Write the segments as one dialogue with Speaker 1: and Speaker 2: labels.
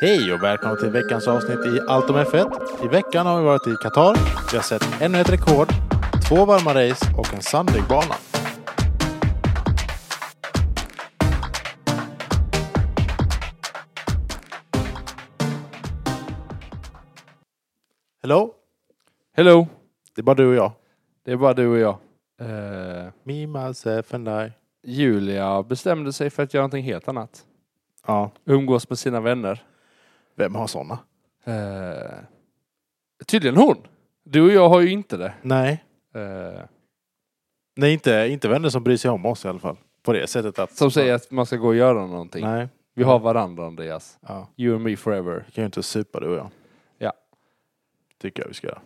Speaker 1: Hej och välkomna till veckans avsnitt i Allt om F1. I veckan har vi varit i Qatar. Vi har sett ännu ett rekord, två varma race och en sandig bana. Hello,
Speaker 2: Hello!
Speaker 1: det är bara du och jag.
Speaker 2: Det är bara du och jag. Eh,
Speaker 1: Me, myself and I.
Speaker 2: Julia bestämde sig för att göra någonting helt annat.
Speaker 1: Ja,
Speaker 2: Umgås med sina vänner.
Speaker 1: vem har sådana?
Speaker 2: Eh, tydligen hon! Du och jag har ju inte det.
Speaker 1: Nej,
Speaker 2: Eh,
Speaker 1: nej inte, inte vänner som bryr sig om oss i alla fall. På det sättet att...
Speaker 2: som säger att man ska gå och göra någonting.
Speaker 1: Nej,
Speaker 2: Vi har varandra Andreas.
Speaker 1: ja.
Speaker 2: You and me forever.
Speaker 1: Vi kan ju inte supa du och jag.
Speaker 2: Ja.
Speaker 1: Tycker jag vi ska göra.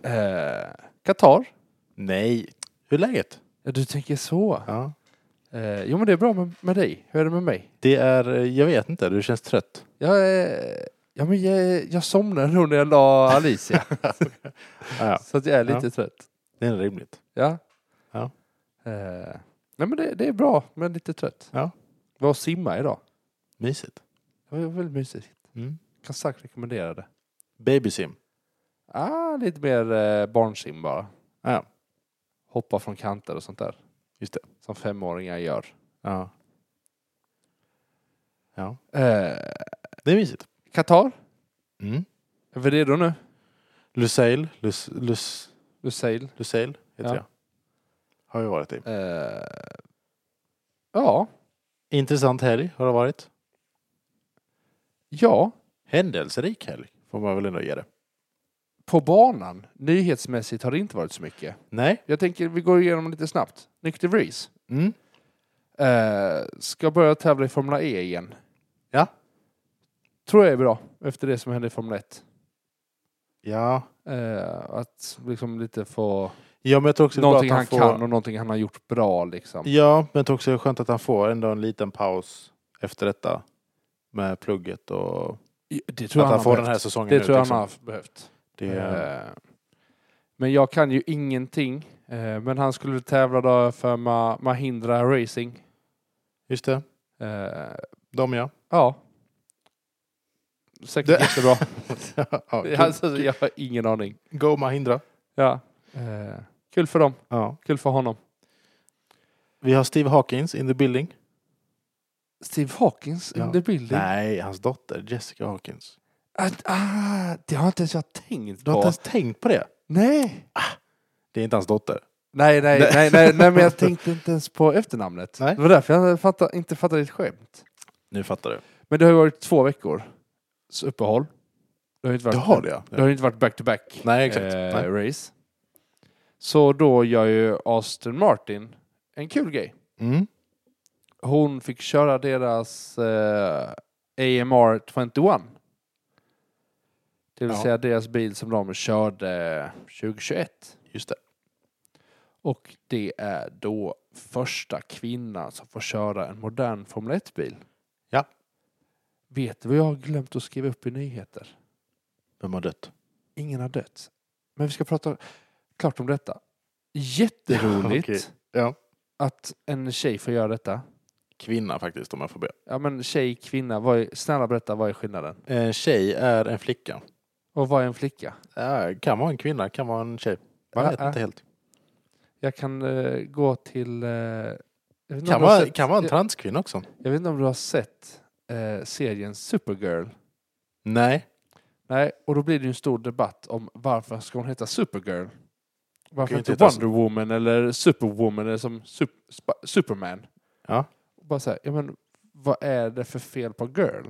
Speaker 2: Eh, Qatar?
Speaker 1: Nej. Hur är läget?
Speaker 2: Ja, Du tänker så?
Speaker 1: Ja.
Speaker 2: Eh, jo men det är bra med, med dig. Hur är det med mig?
Speaker 1: Det är, eh, jag vet inte, du känns trött.
Speaker 2: Jag, eh, ja, men jag, jag somnade nog när jag la Alicia.
Speaker 1: Ja, ja.
Speaker 2: så att jag är lite trött.
Speaker 1: Det är rimligt.
Speaker 2: Ja.
Speaker 1: Ja.
Speaker 2: Eh, nej men det, det är bra, men lite trött.
Speaker 1: Ja.
Speaker 2: Var och simma idag.
Speaker 1: Mysigt.
Speaker 2: Det var väldigt mysigt.
Speaker 1: Mm.
Speaker 2: Kan starkt rekommendera det.
Speaker 1: Babysim.
Speaker 2: Ah, lite mer eh, barnsim bara.
Speaker 1: Ja.
Speaker 2: Hoppa från kanter och sånt där.
Speaker 1: Just det.
Speaker 2: Som femåringar gör.
Speaker 1: Ja. ja.
Speaker 2: Eh,
Speaker 1: Det är mysigt.
Speaker 2: Qatar?
Speaker 1: Mm.
Speaker 2: Är vi redo nu?
Speaker 1: Lusail, Lus, Lus,
Speaker 2: Lusail?
Speaker 1: Lusail heter
Speaker 2: Ja.
Speaker 1: jag. Har vi varit i.
Speaker 2: Eh, ja.
Speaker 1: Intressant helg har det varit.
Speaker 2: Ja.
Speaker 1: Händelserik helg får man väl ändå ge det.
Speaker 2: På banan, nyhetsmässigt har det inte varit så mycket.
Speaker 1: Nej.
Speaker 2: Jag tänker vi går igenom lite snabbt. Nick de Vries.
Speaker 1: Mm.
Speaker 2: Eh, ska börja tävla i Formula E igen.
Speaker 1: Ja.
Speaker 2: Tror jag är bra, efter det som hände i Formel 1.
Speaker 1: Ja.
Speaker 2: Eh, att liksom lite få
Speaker 1: Ja men jag tror också det är bra
Speaker 2: någonting
Speaker 1: att
Speaker 2: han
Speaker 1: han får...
Speaker 2: kan och någonting han har gjort bra liksom.
Speaker 1: Ja, men jag tror också det är skönt att han får ändå en liten paus efter detta med plugget och
Speaker 2: Det
Speaker 1: att han, får den här säsongen
Speaker 2: Det
Speaker 1: ut.
Speaker 2: tror jag han
Speaker 1: liksom.
Speaker 2: har behövt.
Speaker 1: Det är,
Speaker 2: Eh, men jag kan ju ingenting. Eh, men han skulle tävla då för Ma- Mahindra Racing.
Speaker 1: Just det,
Speaker 2: Eh,
Speaker 1: de ja.
Speaker 2: ja. Säkert
Speaker 1: Det-
Speaker 2: jättebra.
Speaker 1: ja kul.
Speaker 2: alltså, jag har ingen aning.
Speaker 1: Go Mahindra.
Speaker 2: Ja. Eh, kul för dem.
Speaker 1: Ja.
Speaker 2: Kul för honom.
Speaker 1: Vi har Steve Hawkins in the building.
Speaker 2: Steve Hawkins
Speaker 1: Ja.
Speaker 2: in the building?
Speaker 1: Nej, hans dotter Jessica Hawkins.
Speaker 2: Att, ah, det har inte ens jag tänkt
Speaker 1: Du har
Speaker 2: på.
Speaker 1: inte ens tänkt på det?
Speaker 2: Nej.
Speaker 1: Det är inte hans dotter.
Speaker 2: Nej, nej, nej, nej, nej, men jag tänkte inte ens på efternamnet.
Speaker 1: Nej.
Speaker 2: Det var därför jag fatta, inte fattade ditt skämt.
Speaker 1: Nu fattar du.
Speaker 2: Men det har ju varit två veckors uppehåll. Det har ju inte varit,
Speaker 1: Du har det ja.
Speaker 2: det har ju inte varit back-to-back
Speaker 1: Nej, exakt.
Speaker 2: eh,
Speaker 1: Nej.
Speaker 2: race. Så då gör ju Aston Martin en kul grej.
Speaker 1: Mm.
Speaker 2: Hon fick köra deras eh, AMR 21. Det vill
Speaker 1: Ja.
Speaker 2: säga deras bil som de körde 2021.
Speaker 1: Just det.
Speaker 2: Och det är då första kvinnan som får köra en modern Formel 1-bil.
Speaker 1: Ja.
Speaker 2: Vet du vad jag har glömt att skriva upp i nyheter?
Speaker 1: Vem har dött?
Speaker 2: Ingen har dött. Men vi ska prata klart om detta. Jätteroligt
Speaker 1: Okej. Ja.
Speaker 2: att en tjej får göra detta.
Speaker 1: Kvinna faktiskt om jag får be.
Speaker 2: Ja men tjej, kvinna, vad är, snälla berätta vad är skillnaden?
Speaker 1: En Eh, tjej är en flicka.
Speaker 2: Och vad är en flicka?
Speaker 1: Ja, kan vara en kvinna, kan vara en tjej.
Speaker 2: Ja,
Speaker 1: Jag vet
Speaker 2: ja.
Speaker 1: inte helt.
Speaker 2: Jag kan eh, gå till... eh, jag vet inte om
Speaker 1: Kan
Speaker 2: du har
Speaker 1: vara,
Speaker 2: sett-
Speaker 1: kan vara en
Speaker 2: jag-
Speaker 1: transkvinna också.
Speaker 2: Jag vet inte om du har sett eh, serien Supergirl?
Speaker 1: Nej.
Speaker 2: Nej, och då blir det ju en stor debatt om varför ska hon heta Supergirl? Varför
Speaker 1: ju
Speaker 2: inte
Speaker 1: inte heta
Speaker 2: Wonder Woman eller Superwoman eller som sup- spa- Superman?
Speaker 1: Ja.
Speaker 2: Och bara så här, ja men vad är det för fel på girl?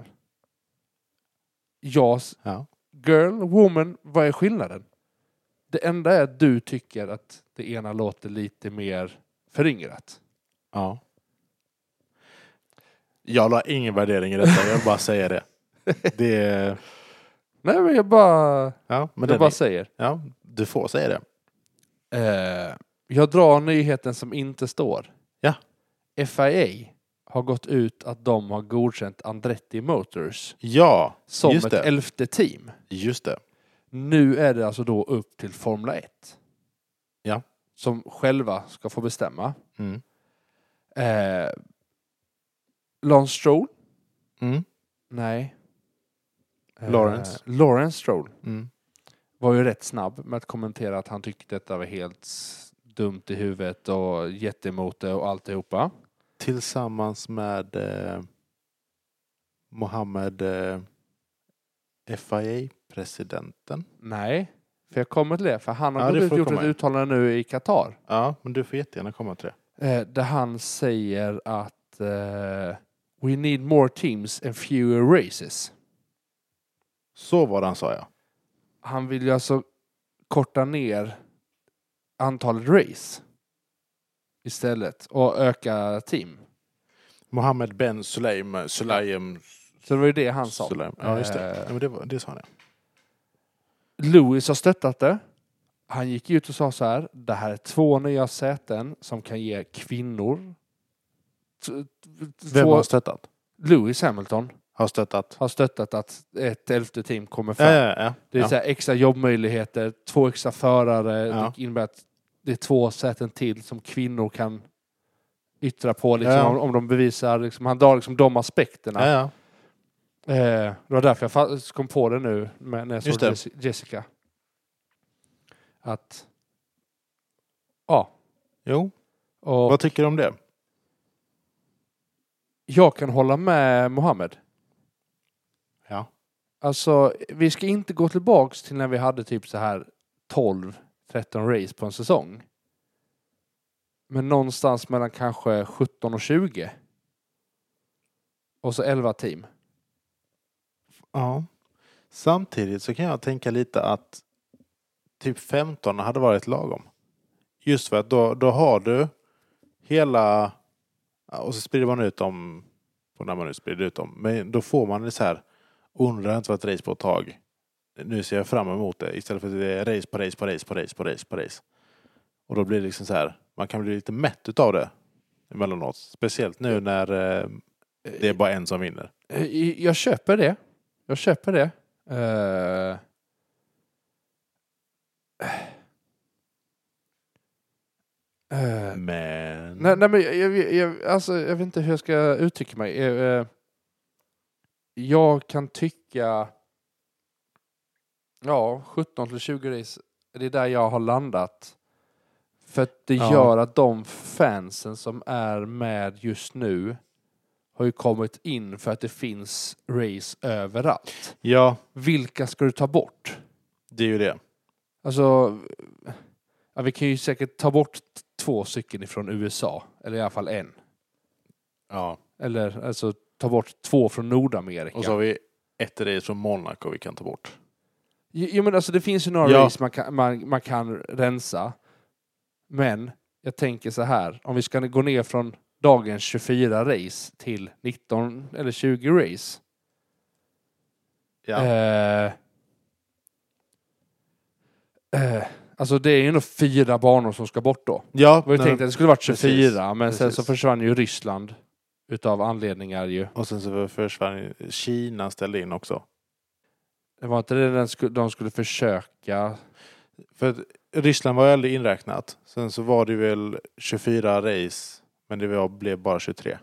Speaker 2: Ja, s-
Speaker 1: Ja.
Speaker 2: girl, woman, vad är skillnaden? Det enda är att du tycker att det ena låter lite mer föryngrat.
Speaker 1: ja. Jag la ingen värdering i detta, jag vill bara säga det. det är,
Speaker 2: Nej, men jag bara,
Speaker 1: ja, men
Speaker 2: jag
Speaker 1: den
Speaker 2: bara
Speaker 1: är,
Speaker 2: säger.
Speaker 1: ja, du får säga det.
Speaker 2: Eh, jag drar nyheten som inte står.
Speaker 1: Ja.
Speaker 2: FIA har gått ut att de har godkänt Andretti Motors
Speaker 1: Ja,
Speaker 2: som
Speaker 1: Just
Speaker 2: ett
Speaker 1: det.
Speaker 2: elfte team.
Speaker 1: just det.
Speaker 2: Nu är det alltså då upp till Formula 1.
Speaker 1: Ja.
Speaker 2: Som själva ska få bestämma.
Speaker 1: Mm.
Speaker 2: Eh, Lance Stroll
Speaker 1: Mm.
Speaker 2: Nej. Eh,
Speaker 1: Lawrence.
Speaker 2: Lawrence Stroll
Speaker 1: Mm.
Speaker 2: var ju rätt snabb med att kommentera att han tyckte detta var helt s- dumt i huvudet och jätteemot det och alltihopa.
Speaker 1: Tillsammans med eh, Mohammed eh, FIA-presidenten.
Speaker 2: Nej, för jag kommer till det. För han har
Speaker 1: Ja, det
Speaker 2: gått ut
Speaker 1: får
Speaker 2: och gjort
Speaker 1: komma
Speaker 2: ett
Speaker 1: in.
Speaker 2: uttalande nu i Qatar.
Speaker 1: Ja, men du får jättegärna komma till det.
Speaker 2: Eh, där han säger att eh, We need more teams and fewer races.
Speaker 1: Så var han sa jag.
Speaker 2: Han vill ju alltså korta ner antalet race istället och öka team.
Speaker 1: Mohammed Ben Sulaim. eh, Sulaim.
Speaker 2: Så det var ju det han sa.
Speaker 1: Sulaim. Ja, just det.
Speaker 2: Eh,
Speaker 1: Ja, men det, var, det sa han ja.
Speaker 2: Lewis har stöttat det. Han gick ut och sa så här. Det här är två nya säten som kan ge kvinnor... t- t-
Speaker 1: Vem
Speaker 2: två-
Speaker 1: har stöttat?
Speaker 2: Lewis Hamilton
Speaker 1: Har stöttat.
Speaker 2: har stöttat att ett elfte team kommer fram.
Speaker 1: Ja, ja, ja.
Speaker 2: Det är
Speaker 1: ja.
Speaker 2: så här extra jobbmöjligheter, två extra förare.
Speaker 1: Ja.
Speaker 2: Det innebär att det är två säten till som kvinnor kan yttra på liksom,
Speaker 1: Ja.
Speaker 2: om, om de bevisar. Liksom, han drar liksom de aspekterna.
Speaker 1: Ja, ja.
Speaker 2: Eh, det var därför jag fa- kom på det nu med, när jag såg
Speaker 1: Just det.
Speaker 2: Jes- Jessica. Att... Ja.
Speaker 1: Jo,
Speaker 2: Och
Speaker 1: vad tycker du om det?
Speaker 2: jag kan hålla med Mohammed.
Speaker 1: Ja.
Speaker 2: Alltså, vi ska inte gå tillbaks till när vi hade typ så här 12-13 race på en säsong. Men någonstans mellan kanske 17 och 20. Och så 11 team.
Speaker 1: Ja. Samtidigt så kan jag tänka lite att typ 15 hade varit lagom. Just för att då, då har du hela... ja, Och så sprider man ut dem på när man nu sprider ut dem. Men då får man det så här. Undrar jag inte vad ett race på ett tag. Nu ser jag fram emot det istället för att det är race på race på race på race på race på race. Och då blir det liksom så här. Man kan bli lite mätt utav det emellanåt. Speciellt nu när eh, det är bara en som vinner.
Speaker 2: Eh, Jag köper det. Jag köper det. Eh. Eh.
Speaker 1: Men...
Speaker 2: Nej, nej men jag, jag, jag, alltså, jag vet inte hur jag ska uttrycka mig. Eh, eh, Jag kan tycka... Ja, 17 till 20 race. Det är där jag har landat. För att det
Speaker 1: Ja.
Speaker 2: gör att de fansen som är med just nu har ju kommit in för att det finns race överallt.
Speaker 1: Ja,
Speaker 2: Vilka ska du ta bort?
Speaker 1: det är ju det.
Speaker 2: Alltså, ja, vi kan ju säkert ta bort t- två stycken ifrån USA. Eller i alla fall en.
Speaker 1: Ja.
Speaker 2: Eller alltså ta bort två från Nordamerika.
Speaker 1: Och så har vi ett race från Monaco vi kan ta bort.
Speaker 2: Jo jo, men alltså det finns ju några
Speaker 1: Ja.
Speaker 2: race man kan, man, man kan rensa. Men jag tänker så här, om vi ska gå ner från dagens 24 race till 19 eller 20 race.
Speaker 1: Ja.
Speaker 2: Eh, eh, alltså det är ju ändå fyra banor som ska bort då.
Speaker 1: ja
Speaker 2: Jag
Speaker 1: men-
Speaker 2: tänkte att det skulle varit 24
Speaker 1: Precis.
Speaker 2: men sen så
Speaker 1: Precis.
Speaker 2: försvann ju Ryssland utav anledningar ju.
Speaker 1: Och sen så försvann Kina ställde in också.
Speaker 2: Det var inte det den sku- de skulle försöka
Speaker 1: För att Ryssland var ju aldrig inräknat. Sen så var det väl 24 race men det var, blev bara 23.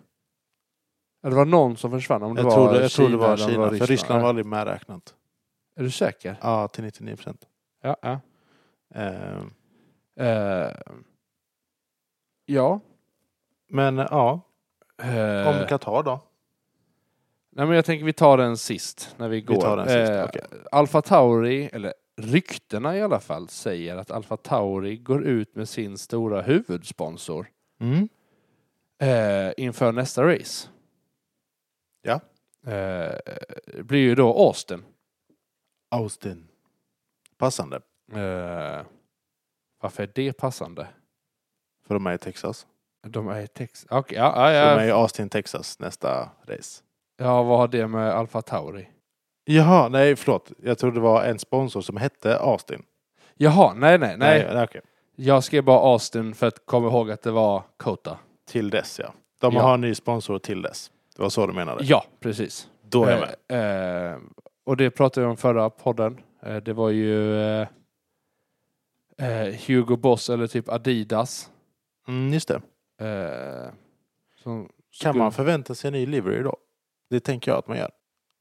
Speaker 2: Ja, Det var någon som försvann. Om det
Speaker 1: Jag
Speaker 2: var
Speaker 1: tror det, jag
Speaker 2: Kina,
Speaker 1: tror det var
Speaker 2: eller om
Speaker 1: Kina. för Ryssland
Speaker 2: Ja.
Speaker 1: var aldrig medräknat.
Speaker 2: Är du säker?
Speaker 1: Ja, till 99 procent.
Speaker 2: Ja. Ja.
Speaker 1: Eh,
Speaker 2: Eh, ja.
Speaker 1: men ja,
Speaker 2: Eh,
Speaker 1: om Qatar då.
Speaker 2: nej, men jag tänker vi tar den sist när vi går.
Speaker 1: Vi tar den sist.
Speaker 2: Eh,
Speaker 1: okej.
Speaker 2: Alfa Tauri, eller ryktena i alla fall, säger att Alfa Tauri går ut med sin stora huvudsponsor
Speaker 1: Mm.
Speaker 2: eh, inför nästa race.
Speaker 1: Ja.
Speaker 2: Eh, det blir ju då Austin.
Speaker 1: Austin. Passande.
Speaker 2: Eh, varför är det passande?
Speaker 1: För de är i Texas.
Speaker 2: De är i Texas. Okej, ja,
Speaker 1: De
Speaker 2: ja,
Speaker 1: är
Speaker 2: ja.
Speaker 1: i Austin, Texas nästa race.
Speaker 2: ja, vad har det med Alfa Tauri?
Speaker 1: Jaha, nej förlåt. Jag trodde det var en sponsor som hette Austin.
Speaker 2: Jaha, nej, nej, nej.
Speaker 1: okej.
Speaker 2: Jag skrev bara Austin för att komma ihåg att det var Kota.
Speaker 1: Till dess ja. De
Speaker 2: Ja.
Speaker 1: har en ny sponsor till dess. Det var så du menade?
Speaker 2: Ja, precis.
Speaker 1: Då är jag med.
Speaker 2: Eh, eh, och det pratade vi om förra podden. Eh, det var ju eh, eh, Hugo Boss eller typ Adidas.
Speaker 1: Mm, just det.
Speaker 2: Eh, som
Speaker 1: Kan
Speaker 2: skulle-
Speaker 1: man förvänta sig en ny livery då? Det tänker jag att man gör.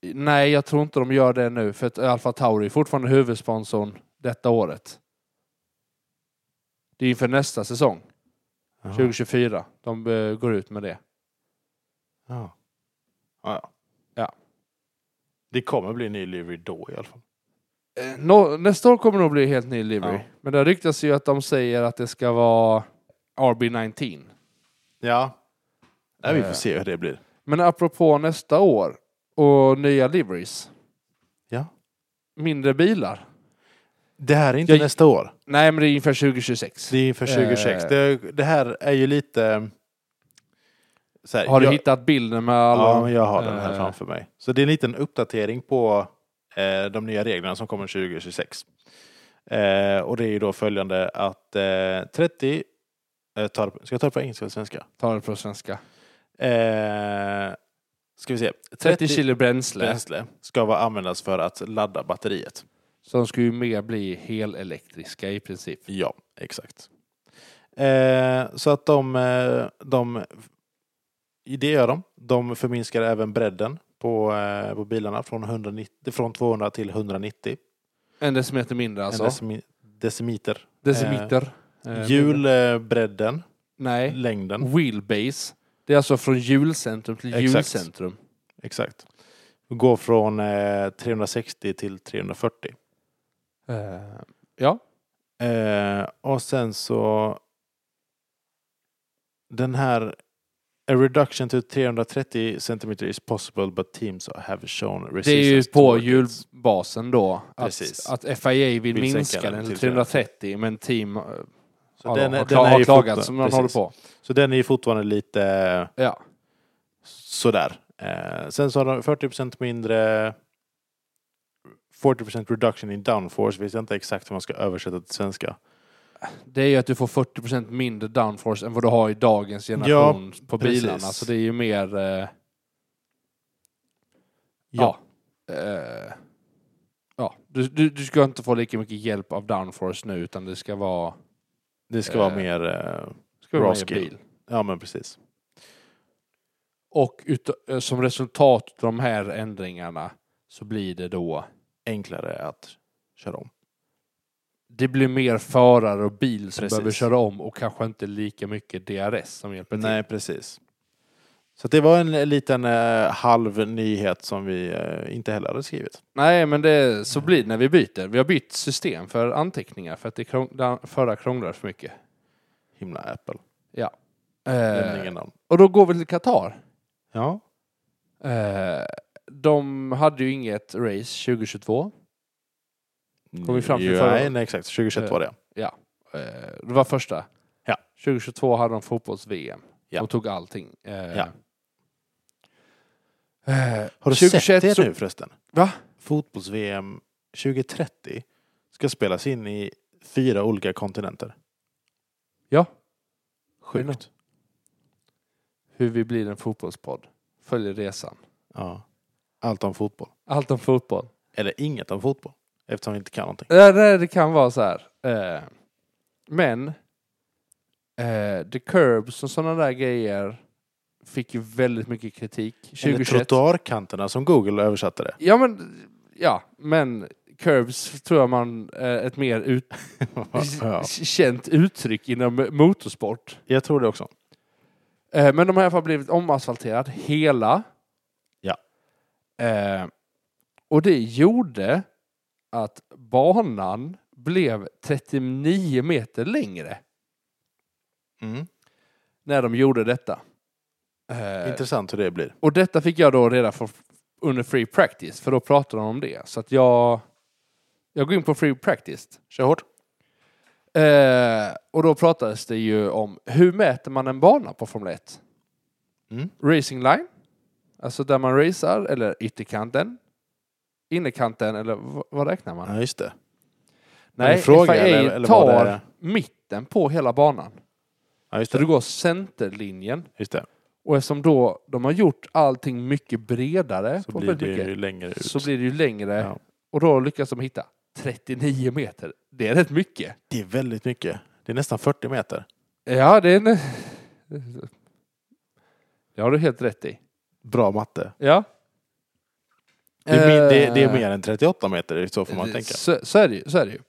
Speaker 2: Nej, jag tror inte de gör det nu för att Alfa Tauri är fortfarande huvudsponsorn detta året. Det är inför nästa säsong,
Speaker 1: Jaha.
Speaker 2: 2024. De eh, går ut med det.
Speaker 1: Ja. Ja, ja.
Speaker 2: Ja.
Speaker 1: Det kommer bli ny livery då i alla fall.
Speaker 2: Eh, nå- nästa år kommer det nog bli helt ny livery.
Speaker 1: Ja.
Speaker 2: Men det ryktas ju att de säger att det ska vara RB19.
Speaker 1: Ja. Nej, vi
Speaker 2: Eh.
Speaker 1: får se hur det blir.
Speaker 2: Men apropå nästa år och nya liveries.
Speaker 1: Ja.
Speaker 2: Mindre bilar.
Speaker 1: Det här är inte
Speaker 2: Jag-
Speaker 1: nästa år.
Speaker 2: Nej, men det är inför 2026.
Speaker 1: Det är inför 2026.
Speaker 2: Eh.
Speaker 1: Det, det här är ju lite... eh, Så här,
Speaker 2: Har du
Speaker 1: jag,
Speaker 2: hittat bilden med alla?
Speaker 1: Ja, men jag har den här
Speaker 2: Eh.
Speaker 1: framför mig. Så det är en liten uppdatering på eh, de nya reglerna som kommer 2026. Eh, och det är ju då följande att eh, 30... Eh, tar, ska jag ta det på engelska eller svenska?
Speaker 2: Ta det på svenska.
Speaker 1: Eh, ska vi se.
Speaker 2: 30 kilo bränsle.
Speaker 1: bränsle ska vara användas för att ladda batteriet.
Speaker 2: Så de ska ju mer bli helelektriska i princip.
Speaker 1: Ja, exakt. Eh, så att de, eh, de... Det gör de. De förminskar även bredden på, eh, på bilarna från, 190, från 200 till 190.
Speaker 2: En decimeter mindre alltså.
Speaker 1: En decimi, decimeter.
Speaker 2: Decimeter. Eh,
Speaker 1: Hjulbredden,
Speaker 2: Nej.
Speaker 1: längden.
Speaker 2: Wheelbase. Det är alltså från hjulcentrum till
Speaker 1: Exakt.
Speaker 2: hjulcentrum.
Speaker 1: Exakt. Går från eh, 360 till 340.
Speaker 2: Eh, ja.
Speaker 1: Eh, och sen så... Den här... A reduction to 330 cm is possible but teams have shown resistance.
Speaker 2: Det är ju på
Speaker 1: towards it.
Speaker 2: hjulbasen då. Att,
Speaker 1: alltså, Precis.
Speaker 2: att FIA vill
Speaker 1: sänka
Speaker 2: minska
Speaker 1: den
Speaker 2: den till
Speaker 1: till
Speaker 2: 330 men team eh,
Speaker 1: Så
Speaker 2: har,
Speaker 1: den, är,
Speaker 2: har,
Speaker 1: den
Speaker 2: kla-
Speaker 1: är
Speaker 2: har
Speaker 1: ju
Speaker 2: klagat
Speaker 1: fortfar-
Speaker 2: som de
Speaker 1: precis.
Speaker 2: håller på.
Speaker 1: Så den är ju fortfarande lite
Speaker 2: Ja.
Speaker 1: sådär. Eh, sen så har de 40 mindre 40 reduction in downforce. Vet jag inte exakt hur man ska översätta till svenska.
Speaker 2: Det är ju att du får 40% mindre downforce än vad du har i dagens generation på
Speaker 1: precis.
Speaker 2: bilarna. Så det är ju mer... Eh,
Speaker 1: Ja.
Speaker 2: Ja. Eh, ja. Du, du, du ska inte få lika mycket hjälp av downforce nu utan det ska vara...
Speaker 1: Det ska
Speaker 2: Eh.
Speaker 1: vara mer... Eh,
Speaker 2: Ska
Speaker 1: Raw
Speaker 2: vara mer
Speaker 1: skill.
Speaker 2: bil.
Speaker 1: ja, men precis.
Speaker 2: Och ut, eh, som resultat av de här ändringarna så blir det då...
Speaker 1: Enklare att köra om.
Speaker 2: Det blir mer förare och bil som
Speaker 1: Precis.
Speaker 2: behöver köra om och kanske inte lika mycket DRS som hjälper
Speaker 1: Nej, precis. Så att det var en liten eh, halv nyhet som vi eh, inte heller hade skrivit.
Speaker 2: Nej, men det, så blir det när vi byter. Vi har bytt system för anteckningar för att det krång, den förra krånglar för mycket.
Speaker 1: Himla Apple.
Speaker 2: Eh,
Speaker 1: Nämligen om.
Speaker 2: och då går vi till Qatar.
Speaker 1: Ja.
Speaker 2: Eh, de hade ju inget race 2022. Kom vi fram till
Speaker 1: Ja,
Speaker 2: förra-
Speaker 1: nej, nej, exakt. 2021 var det.
Speaker 2: Eh, det var första.
Speaker 1: Ja.
Speaker 2: 2022 hade de fotbolls-VM.
Speaker 1: Ja.
Speaker 2: De tog allting. Eh,
Speaker 1: Ja.
Speaker 2: eh,
Speaker 1: Har du
Speaker 2: 2021
Speaker 1: sett det
Speaker 2: så-
Speaker 1: nu förresten?
Speaker 2: Va?
Speaker 1: Fotbolls-VM 2030 ska spelas in i fyra olika kontinenter.
Speaker 2: Ja. Är
Speaker 1: Sjukt.
Speaker 2: Hur vi blir en fotbollspodd. Följer resan.
Speaker 1: Ja. Allt om fotboll.
Speaker 2: Allt om fotboll.
Speaker 1: Eller inget om fotboll. Eftersom vi inte kan någonting.
Speaker 2: Ja, det, det kan vara så här. Eh, men eh, The Curbs och sådana där grejer fick ju väldigt mycket kritik.
Speaker 1: Eller
Speaker 2: 2021.
Speaker 1: trottoarkanterna som Google översatte det.
Speaker 2: Ja men, ja, men Curbs tror jag man eh, ett mer ut,
Speaker 1: ja.
Speaker 2: känt uttryck inom motorsport.
Speaker 1: Jag tror det också.
Speaker 2: Eh, men de har i alla fall blivit omasfalterad hela.
Speaker 1: Ja.
Speaker 2: Eh, och det gjorde att banan blev 39 meter längre.
Speaker 1: Mm.
Speaker 2: när de gjorde detta. Eh,
Speaker 1: Intressant hur det blir.
Speaker 2: och detta fick jag då reda på under free practice, för då pratade de om det. Så att jag, jag går in på free practice.
Speaker 1: Kör hårt.
Speaker 2: Eh, och då pratades det ju om hur mäter man en bana på Formel 1?
Speaker 1: Mm.
Speaker 2: Racing line, alltså där man racear, eller ytterkanten, innerkanten, eller v- vad räknar man?
Speaker 1: Ja, just det.
Speaker 2: Nej,
Speaker 1: en fråga,
Speaker 2: FIA
Speaker 1: eller- eller vad
Speaker 2: tar
Speaker 1: det är.
Speaker 2: mitten på hela banan.
Speaker 1: Ja, just
Speaker 2: Så du
Speaker 1: det.
Speaker 2: går centerlinjen
Speaker 1: Just det.
Speaker 2: Och eftersom då de har gjort allting mycket bredare
Speaker 1: Så
Speaker 2: på
Speaker 1: blir det
Speaker 2: väldigt
Speaker 1: ju
Speaker 2: mycket,
Speaker 1: längre ut.
Speaker 2: så blir det ju längre.
Speaker 1: Ja.
Speaker 2: Och då lyckas de hitta 39 meter. Det är rätt mycket.
Speaker 1: Det är väldigt mycket. Det är nästan 40 meter.
Speaker 2: Ja, det är... En... Det har du helt rätt i.
Speaker 1: Bra matte.
Speaker 2: Ja.
Speaker 1: Det är, min, det, det är
Speaker 2: Eh,
Speaker 1: mer än 38 meter, så får man
Speaker 2: det-
Speaker 1: tänka.
Speaker 2: Så, så är det ju. Så är det ju.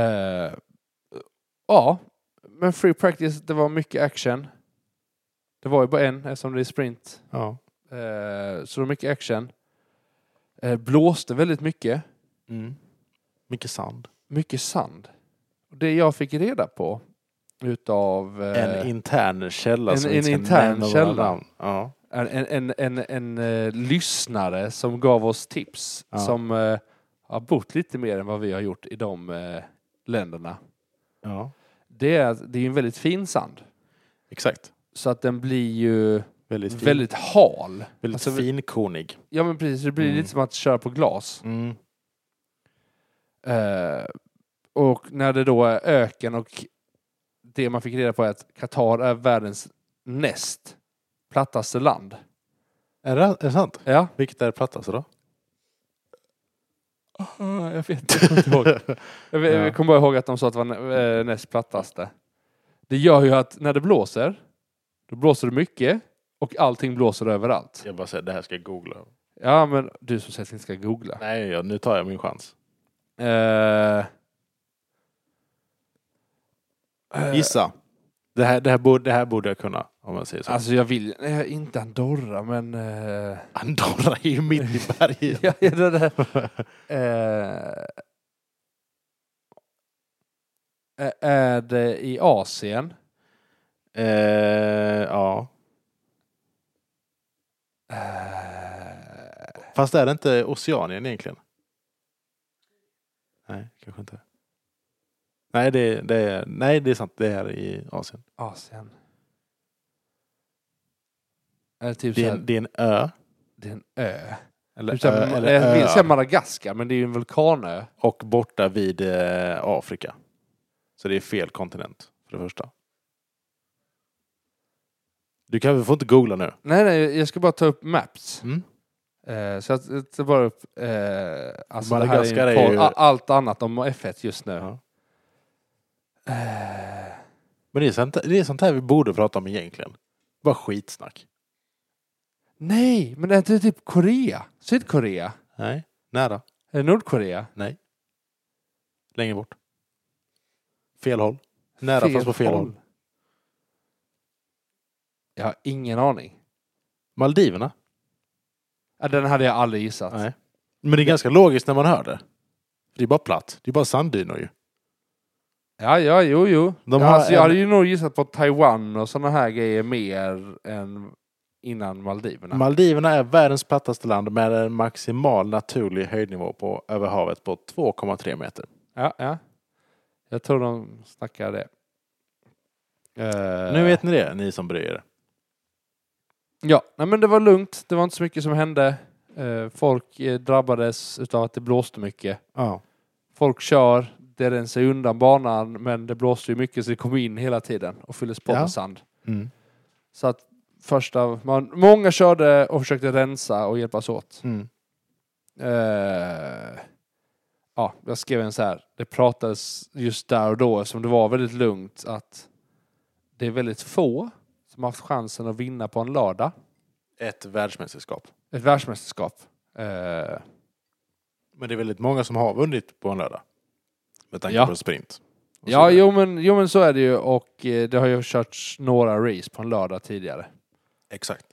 Speaker 2: Eh, ja, men free practice, det var mycket action. Det var ju bara en eftersom det är sprint.
Speaker 1: Ja.
Speaker 2: Eh, så det var mycket action. Eh, blåste väldigt mycket.
Speaker 1: Mm. Mycket sand.
Speaker 2: Mycket sand. Och Det jag fick reda på utav eh,
Speaker 1: En intern källa
Speaker 2: en-
Speaker 1: som
Speaker 2: en
Speaker 1: vi inte ska
Speaker 2: intern
Speaker 1: nämna våra
Speaker 2: källa.
Speaker 1: namn. Ja.
Speaker 2: en, en, en, en, en eh, lyssnare som gav oss tips
Speaker 1: Ja.
Speaker 2: som eh, har bott lite mer än vad vi har gjort i de eh, länderna.
Speaker 1: ja,
Speaker 2: Det är, att det är ju en väldigt fin sand.
Speaker 1: exakt.
Speaker 2: Så att den blir ju
Speaker 1: Väldigt, fin. väldigt,
Speaker 2: väldigt hal. alltså, vi-
Speaker 1: finkornig.
Speaker 2: Ja men precis, det blir
Speaker 1: Mm.
Speaker 2: lite som att köra på glas.
Speaker 1: Mm.
Speaker 2: Eh, och när det då är öken och det man fick reda på är att Qatar är världens näst plattaste land.
Speaker 1: Är, det, är det sant?
Speaker 2: Ja,
Speaker 1: Vilket är det plattaste då?
Speaker 2: Ah, jag vet inte. Jag kommer, inte ihåg. Jag vet-
Speaker 1: Ja.
Speaker 2: jag kommer bara ihåg att de sa att det var nä- eh, näst plattaste. Det gör ju att när det blåser, då blåser det mycket och allting blåser överallt.
Speaker 1: Jag bara säger, det här ska jag googla.
Speaker 2: Ja, men du som säger att jag inte ska googla.
Speaker 1: Nej, ja, nu tar jag min chans.
Speaker 2: Eh, eh,
Speaker 1: Gissa. Det här, det, här borde, det här borde jag kunna, om man säger så.
Speaker 2: Alltså jag vill nej, inte Andorra men... eh,
Speaker 1: Andorra är ju mitt i bergen.
Speaker 2: ja, ja, det där. Eh, ä- eh, är det i Asien?
Speaker 1: eh, ja.
Speaker 2: Eh,
Speaker 1: Fast är det inte Oceanien egentligen? Nej, kanske inte. Nej, det, det, är- nej, det är sant. Det är i Asien.
Speaker 2: Asien. Är det typ
Speaker 1: Det är,
Speaker 2: såhär,
Speaker 1: en- det är en ö.
Speaker 2: det är en ö.
Speaker 1: Eller,
Speaker 2: Typ såhär,
Speaker 1: ö, eller
Speaker 2: jag vill säga
Speaker 1: öar,
Speaker 2: Madagaskar men det är ju en vulkanö.
Speaker 1: och borta vid eh, Afrika. Så det är fel kontinent, för det första. Du kan väl få inte googla nu?
Speaker 2: Nej nej, jag ska bara ta upp Maps.
Speaker 1: Mm.
Speaker 2: Eh, så att, jag tar bara upp... Eh, alltså
Speaker 1: Madagaskar
Speaker 2: det här
Speaker 1: är
Speaker 2: är ju... en
Speaker 1: ju-
Speaker 2: podd- a- Allt annat om F1 just nu.
Speaker 1: Ja.
Speaker 2: Eh,
Speaker 1: Men det är, sånt, det är sånt här vi borde prata om egentligen. Bara skitsnack.
Speaker 2: nej, men är inte det typ Korea? Sydkorea?
Speaker 1: Nej, nära.
Speaker 2: Eller Nordkorea?
Speaker 1: Längre bort. Fel håll. Nära fast på fel håll.
Speaker 2: Jag har ingen aning.
Speaker 1: Maldiverna?
Speaker 2: Ja, Den hade jag aldrig gissat.
Speaker 1: Nej. Men det är ganska logiskt när man hör det. Det är bara platt. Det är bara sanddyner ju.
Speaker 2: Ja, ja, jo, jo.
Speaker 1: De
Speaker 2: ja,
Speaker 1: har
Speaker 2: alltså, Jag
Speaker 1: en-
Speaker 2: hade ju nog gissat på Taiwan och sådana här grejer mer än innan Maldiverna.
Speaker 1: Maldiverna är världens plattaste land med en maximal naturlig höjdnivå på, över havet på 2,3 meter.
Speaker 2: ja, ja. Jag tror de snackar det. Eh,
Speaker 1: Nu vet ni det, ni som bryr er.
Speaker 2: Ja, nej, men det var lugnt. Det var inte så mycket som hände. Eh, folk eh, drabbades utav att det blåste mycket.
Speaker 1: Ja.
Speaker 2: Folk kör, det rensar ju undan banan, men det blåste ju mycket så det kom in hela tiden och fylldes på
Speaker 1: Ja.
Speaker 2: med sand.
Speaker 1: Mm.
Speaker 2: Så att första, man, många körde och försökte rensa och hjälpas åt.
Speaker 1: Mm.
Speaker 2: Eh, ja, jag skrev en så här. Det pratades just där och då, eftersom det var väldigt lugnt, att det är väldigt få som haft chansen att vinna på en lördag.
Speaker 1: Ett världsmästerskap.
Speaker 2: Ett världsmästerskap. Eh,
Speaker 1: Men det är väldigt många som har vunnit på en lördag. Med tanke
Speaker 2: Ja.
Speaker 1: på sprint. Och så
Speaker 2: ja,
Speaker 1: vidare.
Speaker 2: jo men, jo men så är det ju och eh, det har ju körts några race på en lördag tidigare.
Speaker 1: Exakt.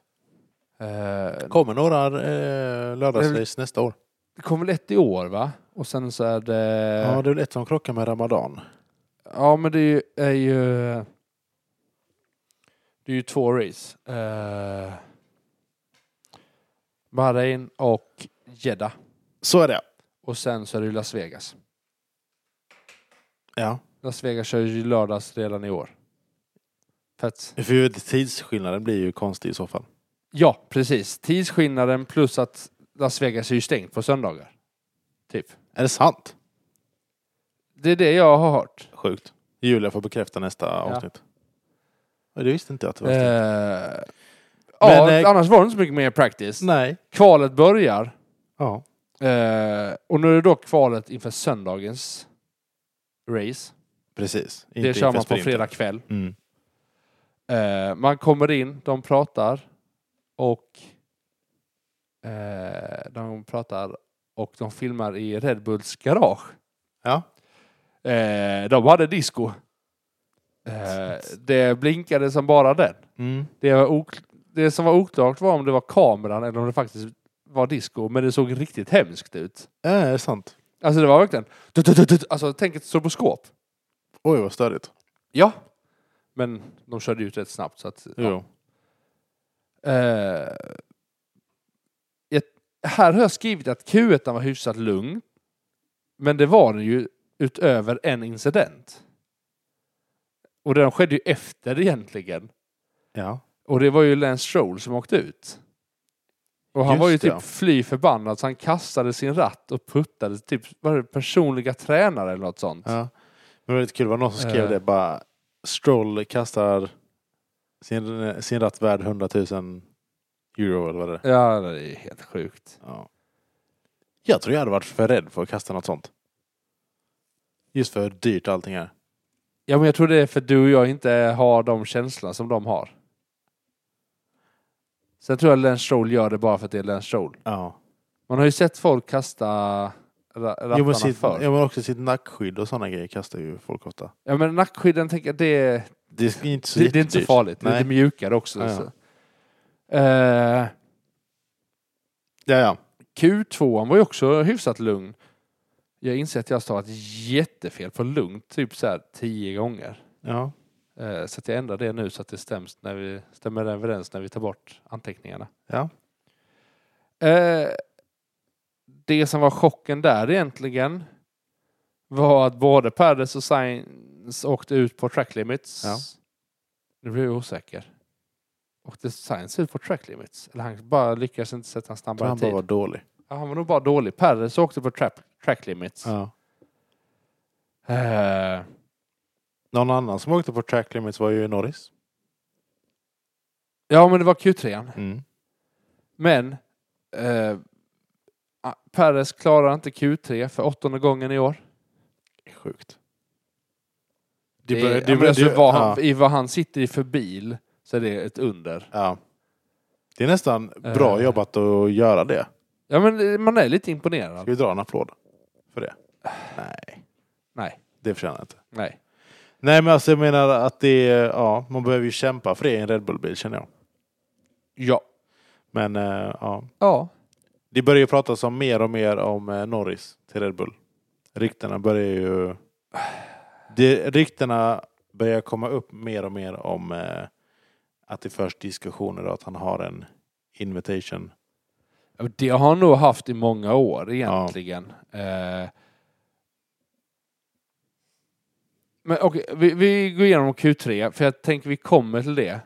Speaker 2: Eh,
Speaker 1: kommer några eh, lördagsrace nästa år.
Speaker 2: det kom väl ett i år va? Och sen så är det...
Speaker 1: Ja, det är väl ett som krockar med Ramadan.
Speaker 2: Ja, men det är ju... Är ju det är ju två race. Eh, Bahrain och Jeddah.
Speaker 1: Så är det.
Speaker 2: Och sen så är det ju Las Vegas.
Speaker 1: Ja.
Speaker 2: Las Vegas kör ju lördags redan i år. Fett.
Speaker 1: För ju- tidsskillnaden blir ju konstig i så fall.
Speaker 2: Ja, precis. Tidsskillnaden plus att Las Vegas är ju stängt på söndagar. Typ.
Speaker 1: Är det sant?
Speaker 2: Det är det jag har hört.
Speaker 1: Sjukt. Julia får bekräfta nästa
Speaker 2: Ja.
Speaker 1: avsnitt. Ja. Det visste inte jag att det var.
Speaker 2: Eh,
Speaker 1: stängt.
Speaker 2: ja,
Speaker 1: Men, eh,
Speaker 2: annars var det inte så mycket mer practice.
Speaker 1: Nej.
Speaker 2: Kvalet börjar.
Speaker 1: Ja.
Speaker 2: Eh, och nu är det då kvalet inför söndagens race.
Speaker 1: Precis.
Speaker 2: det
Speaker 1: Inte
Speaker 2: kör man
Speaker 1: inför
Speaker 2: på
Speaker 1: sprinten.
Speaker 2: fredag kväll.
Speaker 1: Mm.
Speaker 2: Eh, man kommer in, de pratar och Eh, de pratar och de filmar i Red Bulls garage.
Speaker 1: Ja.
Speaker 2: Eh, de hade disco. Eh, det blinkade som bara den.
Speaker 1: Mm.
Speaker 2: Det, var ok- det som var oklart var om det var kameran eller om det faktiskt var disco, men det såg riktigt hemskt ut.
Speaker 1: Ja, det Eh, är sant.
Speaker 2: Alltså det var verkligen... tut, tut, tut, tut. Alltså tänk ett stroboskop.
Speaker 1: Oj, vad störigt.
Speaker 2: Ja. Men de körde ut rätt snabbt så att... Ja.
Speaker 1: Jo.
Speaker 2: Eh, ett, här har jag skrivit att Q1 var hyfsat lugn. Men det var den ju utöver en incident. Och den skedde ju efter egentligen.
Speaker 1: Ja.
Speaker 2: Och det var ju Lance Stroll som åkte ut. Och han
Speaker 1: Just
Speaker 2: var ju
Speaker 1: det.
Speaker 2: typ fly förbannad så han kastade sin ratt och puttade typ var det personliga tränare eller något sånt.
Speaker 1: ja. Men det var lite kul. Det var någon som skrev
Speaker 2: Eh.
Speaker 1: det bara. Stroll kastar sin, sin ratt värd 100 000 euro eller vad det är.
Speaker 2: Ja, det är helt sjukt.
Speaker 1: Ja. Jag tror jag hade varit för rädd för att kasta något sånt. Just för hur dyrt allting är.
Speaker 2: Ja, men jag tror det är för du och jag inte har de känslorna som de har. Sen tror jag Lance Stroll gör det bara för att det är Lance Stroll.
Speaker 1: Ja.
Speaker 2: Man har ju sett folk kasta ra- rattarna
Speaker 1: Jo, men, sitt,
Speaker 2: förr.
Speaker 1: ja, men också sitt nackskydd och sådana grejer kastar ju folk ofta.
Speaker 2: Ja, men nackskydden tänker jag, det är
Speaker 1: Det är inte så
Speaker 2: det, det är inte så
Speaker 1: jättedyrt.
Speaker 2: farligt. Det är
Speaker 1: Nej.
Speaker 2: lite mjukare också.
Speaker 1: Ja, ja.
Speaker 2: Så. Eh,
Speaker 1: Ja, ja.
Speaker 2: Q2 var ju också hyfsat lugn. Jag inser att jag har stavat jättefel på lugn, typ så här tio gånger.
Speaker 1: ja.
Speaker 2: Eh, så att jag ändrar det nu så att det stäms när vi, stämmer överens när vi tar bort anteckningarna.
Speaker 1: Ja.
Speaker 2: Eh, det som var chocken där egentligen var att både Perdes och Sainz åkte ut på track limits.
Speaker 1: Ja.
Speaker 2: Nu blev jag osäker. Åkte Sainz ut på track limits? Eller han bara lyckades inte sätta en
Speaker 1: Jag tror
Speaker 2: snabbare
Speaker 1: han
Speaker 2: tid?
Speaker 1: bara var dålig.
Speaker 2: Ja, han var nog bara dålig. Perres åkte på track, track limits.
Speaker 1: Ja.
Speaker 2: Eh,
Speaker 1: Någon annan som åkte på track limits var ju Norris.
Speaker 2: ja, men det var Q3.
Speaker 1: Mm.
Speaker 2: Men eh, ah, Perez klarar inte Q3 för åttonde gången i år.
Speaker 1: Det är Sjukt.
Speaker 2: Det,
Speaker 1: bör-
Speaker 2: ja, men
Speaker 1: bör-
Speaker 2: alltså,
Speaker 1: det-
Speaker 2: vad
Speaker 1: ja.
Speaker 2: han, I vad han sitter i för bil så är det ett under.
Speaker 1: Ja. Det är nästan bra
Speaker 2: Eh.
Speaker 1: jobbat att göra det.
Speaker 2: Ja, men eh, man är lite
Speaker 1: Ska
Speaker 2: imponerad.
Speaker 1: vi dra en applåd för det? Nej,
Speaker 2: Nej,
Speaker 1: det förtjänar jag inte.
Speaker 2: nej.
Speaker 1: Nej, men alltså jag menar att det är, ja, man behöver ju kämpa för det i en Red Bull-bil känner jag.
Speaker 2: Ja.
Speaker 1: Men eh, ja,
Speaker 2: Ja.
Speaker 1: det börjar ju pratas om mer och mer om eh, Norris till Red Bull. Ryktena börjar ju... Det, ryktena börjar komma upp mer och mer om eh, att det förs diskussioner och att han har en invitation.
Speaker 2: Det har han nog haft i många år egentligen. Eh, men okej, vi, vi går igenom Q3 för jag tänker vi kommer till det.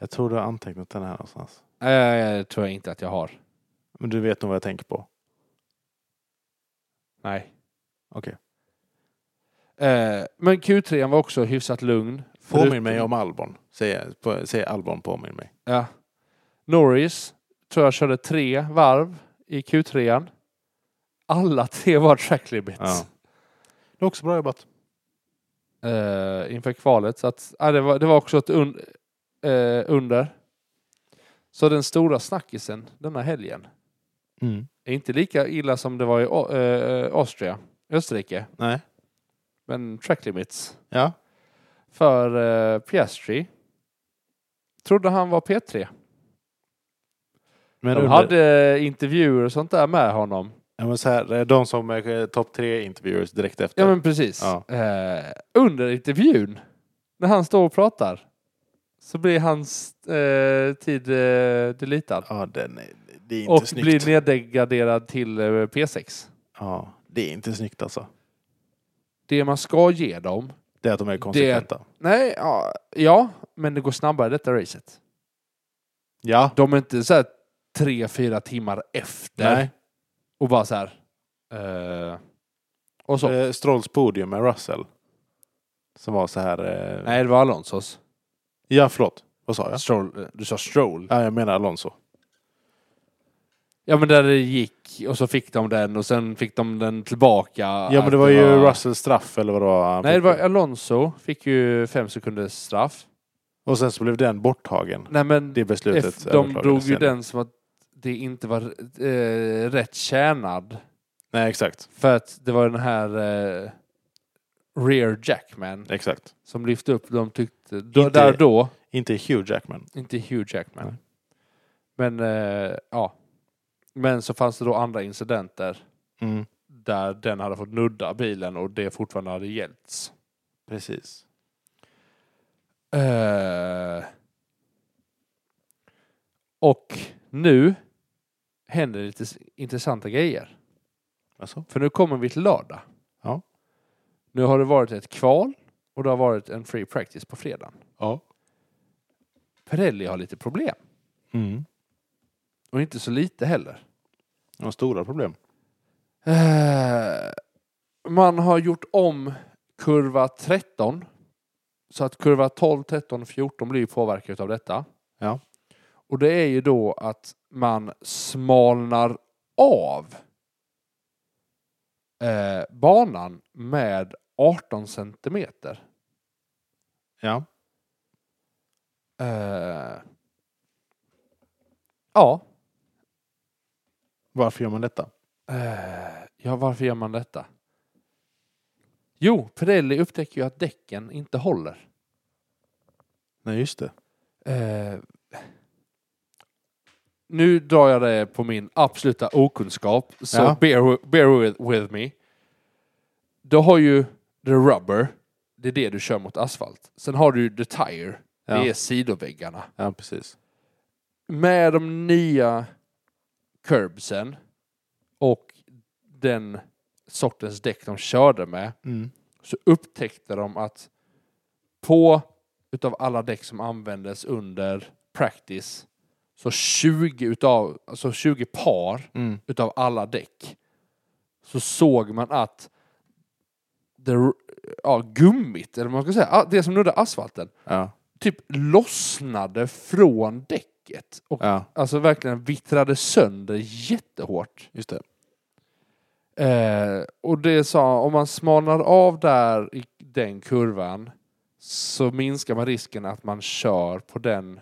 Speaker 1: Jag tror du har antecknat den här någonstans.
Speaker 2: Eh, tror jag inte att jag har.
Speaker 1: Men du vet nog vad jag tänker på.
Speaker 2: Nej.
Speaker 1: Okej.
Speaker 2: Eh, men Q3 var också hyfsat lugn.
Speaker 1: Påminn
Speaker 2: Förutom-
Speaker 1: mig om Albon. Säg, på, säg Albon påminn mig.
Speaker 2: Ja. Norris tror jag körde tre varv i Q3. Alla tre var track limits
Speaker 1: Det är också bra jobbat.
Speaker 2: eh, inför kvalet. Så att, ja, det, var, det var också ett un, eh, under. Så den stora snackisen denna helgen
Speaker 1: Mm.
Speaker 2: är inte lika illa som det var i Au- eh, Austria, Österrike.
Speaker 1: Nej.
Speaker 2: Men track limits.
Speaker 1: Ja.
Speaker 2: för eh, Piastri. Trodde han var P3.
Speaker 1: Men
Speaker 2: De
Speaker 1: under,
Speaker 2: hade eh, intervjuer och sånt där med honom.
Speaker 1: jag måste säga, de som är eh, topp tre intervjuers direkt efter.
Speaker 2: Ja men precis.
Speaker 1: Ja.
Speaker 2: Eh, under intervjun, när han står och pratar, så blir hans eh, tid eh, deletad.
Speaker 1: Ja, den är, det är inte
Speaker 2: Och
Speaker 1: snyggt.
Speaker 2: blir nedgraderad till eh, P6.
Speaker 1: Ja, det är inte snyggt alltså.
Speaker 2: Det man ska ge dem,
Speaker 1: Det är att de är konsekventa.
Speaker 2: nej, ja, ja men det går snabbare detta racet.
Speaker 1: Ja.
Speaker 2: De är inte så här tre, fyra timmar efter
Speaker 1: Nej.
Speaker 2: och bara så här. eh, och så.
Speaker 1: Eh, Strolls podium med Russell. Som var så här... Eh...
Speaker 2: Nej, det var Alonsos.
Speaker 1: Ja, förlåt. Vad sa jag?
Speaker 2: Stroll, eh, du sa Stroll.
Speaker 1: Ja, jag menar Alonso.
Speaker 2: Ja, men där det gick och så fick de den och sen fick de den tillbaka.
Speaker 1: Ja, men det var ju Russells straff eller vad det var. han
Speaker 2: Nej, det
Speaker 1: fick.
Speaker 2: var Alonso. Fick ju fem sekunders straff.
Speaker 1: Och sen så blev den borttagen.
Speaker 2: Nej, men
Speaker 1: Det beslutet
Speaker 2: F, de
Speaker 1: överklagades
Speaker 2: drog ju
Speaker 1: senare.
Speaker 2: den som att det inte var eh, rätt tjänad.
Speaker 1: Nej, exakt.
Speaker 2: För att det var den här eh, Rear Jackman
Speaker 1: Exakt.
Speaker 2: som lyfte upp. De tyckte, då,
Speaker 1: Inte-
Speaker 2: där då,
Speaker 1: Inte Hugh Jackman.
Speaker 2: inte Hugh Jackman.
Speaker 1: Nej.
Speaker 2: Men eh, ja. Men så fanns det då andra incidenter
Speaker 1: Mm.
Speaker 2: där den hade fått nudda bilen och det fortfarande hade gällts.
Speaker 1: Precis.
Speaker 2: Eh, och nu händer lite s- intressanta grejer.
Speaker 1: Alltså?
Speaker 2: För nu kommer vi till lördag.
Speaker 1: Ja.
Speaker 2: Nu har det varit ett kval och det har varit en free practice på fredagen.
Speaker 1: Ja.
Speaker 2: Pirelli har lite problem.
Speaker 1: Mm.
Speaker 2: Och inte så lite heller.
Speaker 1: De har stora problem.
Speaker 2: Eh, man har gjort om kurva 13. Så att kurva 12, 13 och 14 blir ju påverkade av detta.
Speaker 1: Ja.
Speaker 2: Och det är ju då att man smalnar av eh, banan med 18 centimeter.
Speaker 1: Ja.
Speaker 2: Eh, ja,
Speaker 1: Varför gör man detta?
Speaker 2: Eh, ja, varför gör man detta? Jo, Pirelli upptäcker ju att däcken inte håller.
Speaker 1: Nej, just det.
Speaker 2: Eh, nu drar jag det på min absoluta okunskap, så
Speaker 1: Ja.
Speaker 2: bear, wi- bear with, with me. Du har ju the rubber, det är det du kör mot asfalt. Sen har du the tire,
Speaker 1: Ja.
Speaker 2: det är sidoväggarna.
Speaker 1: Ja, precis.
Speaker 2: med de nya curbsen och den sortens däck de körde med
Speaker 1: Mm.
Speaker 2: så upptäckte de att på utav alla däck som användes under practice så 20 utav, alltså 20 par
Speaker 1: Mm.
Speaker 2: utav alla däck så såg man att det, ja, gummit, eller vad man ska säga, ah, det som nuddar asfalten,
Speaker 1: Ja.
Speaker 2: typ lossnade från däcket och
Speaker 1: ja,
Speaker 2: alltså verkligen vittrade sönder jättehårt.
Speaker 1: just det.
Speaker 2: Eh, och det sa, om man smalnar av där i den kurvan så minskar man risken att man kör på den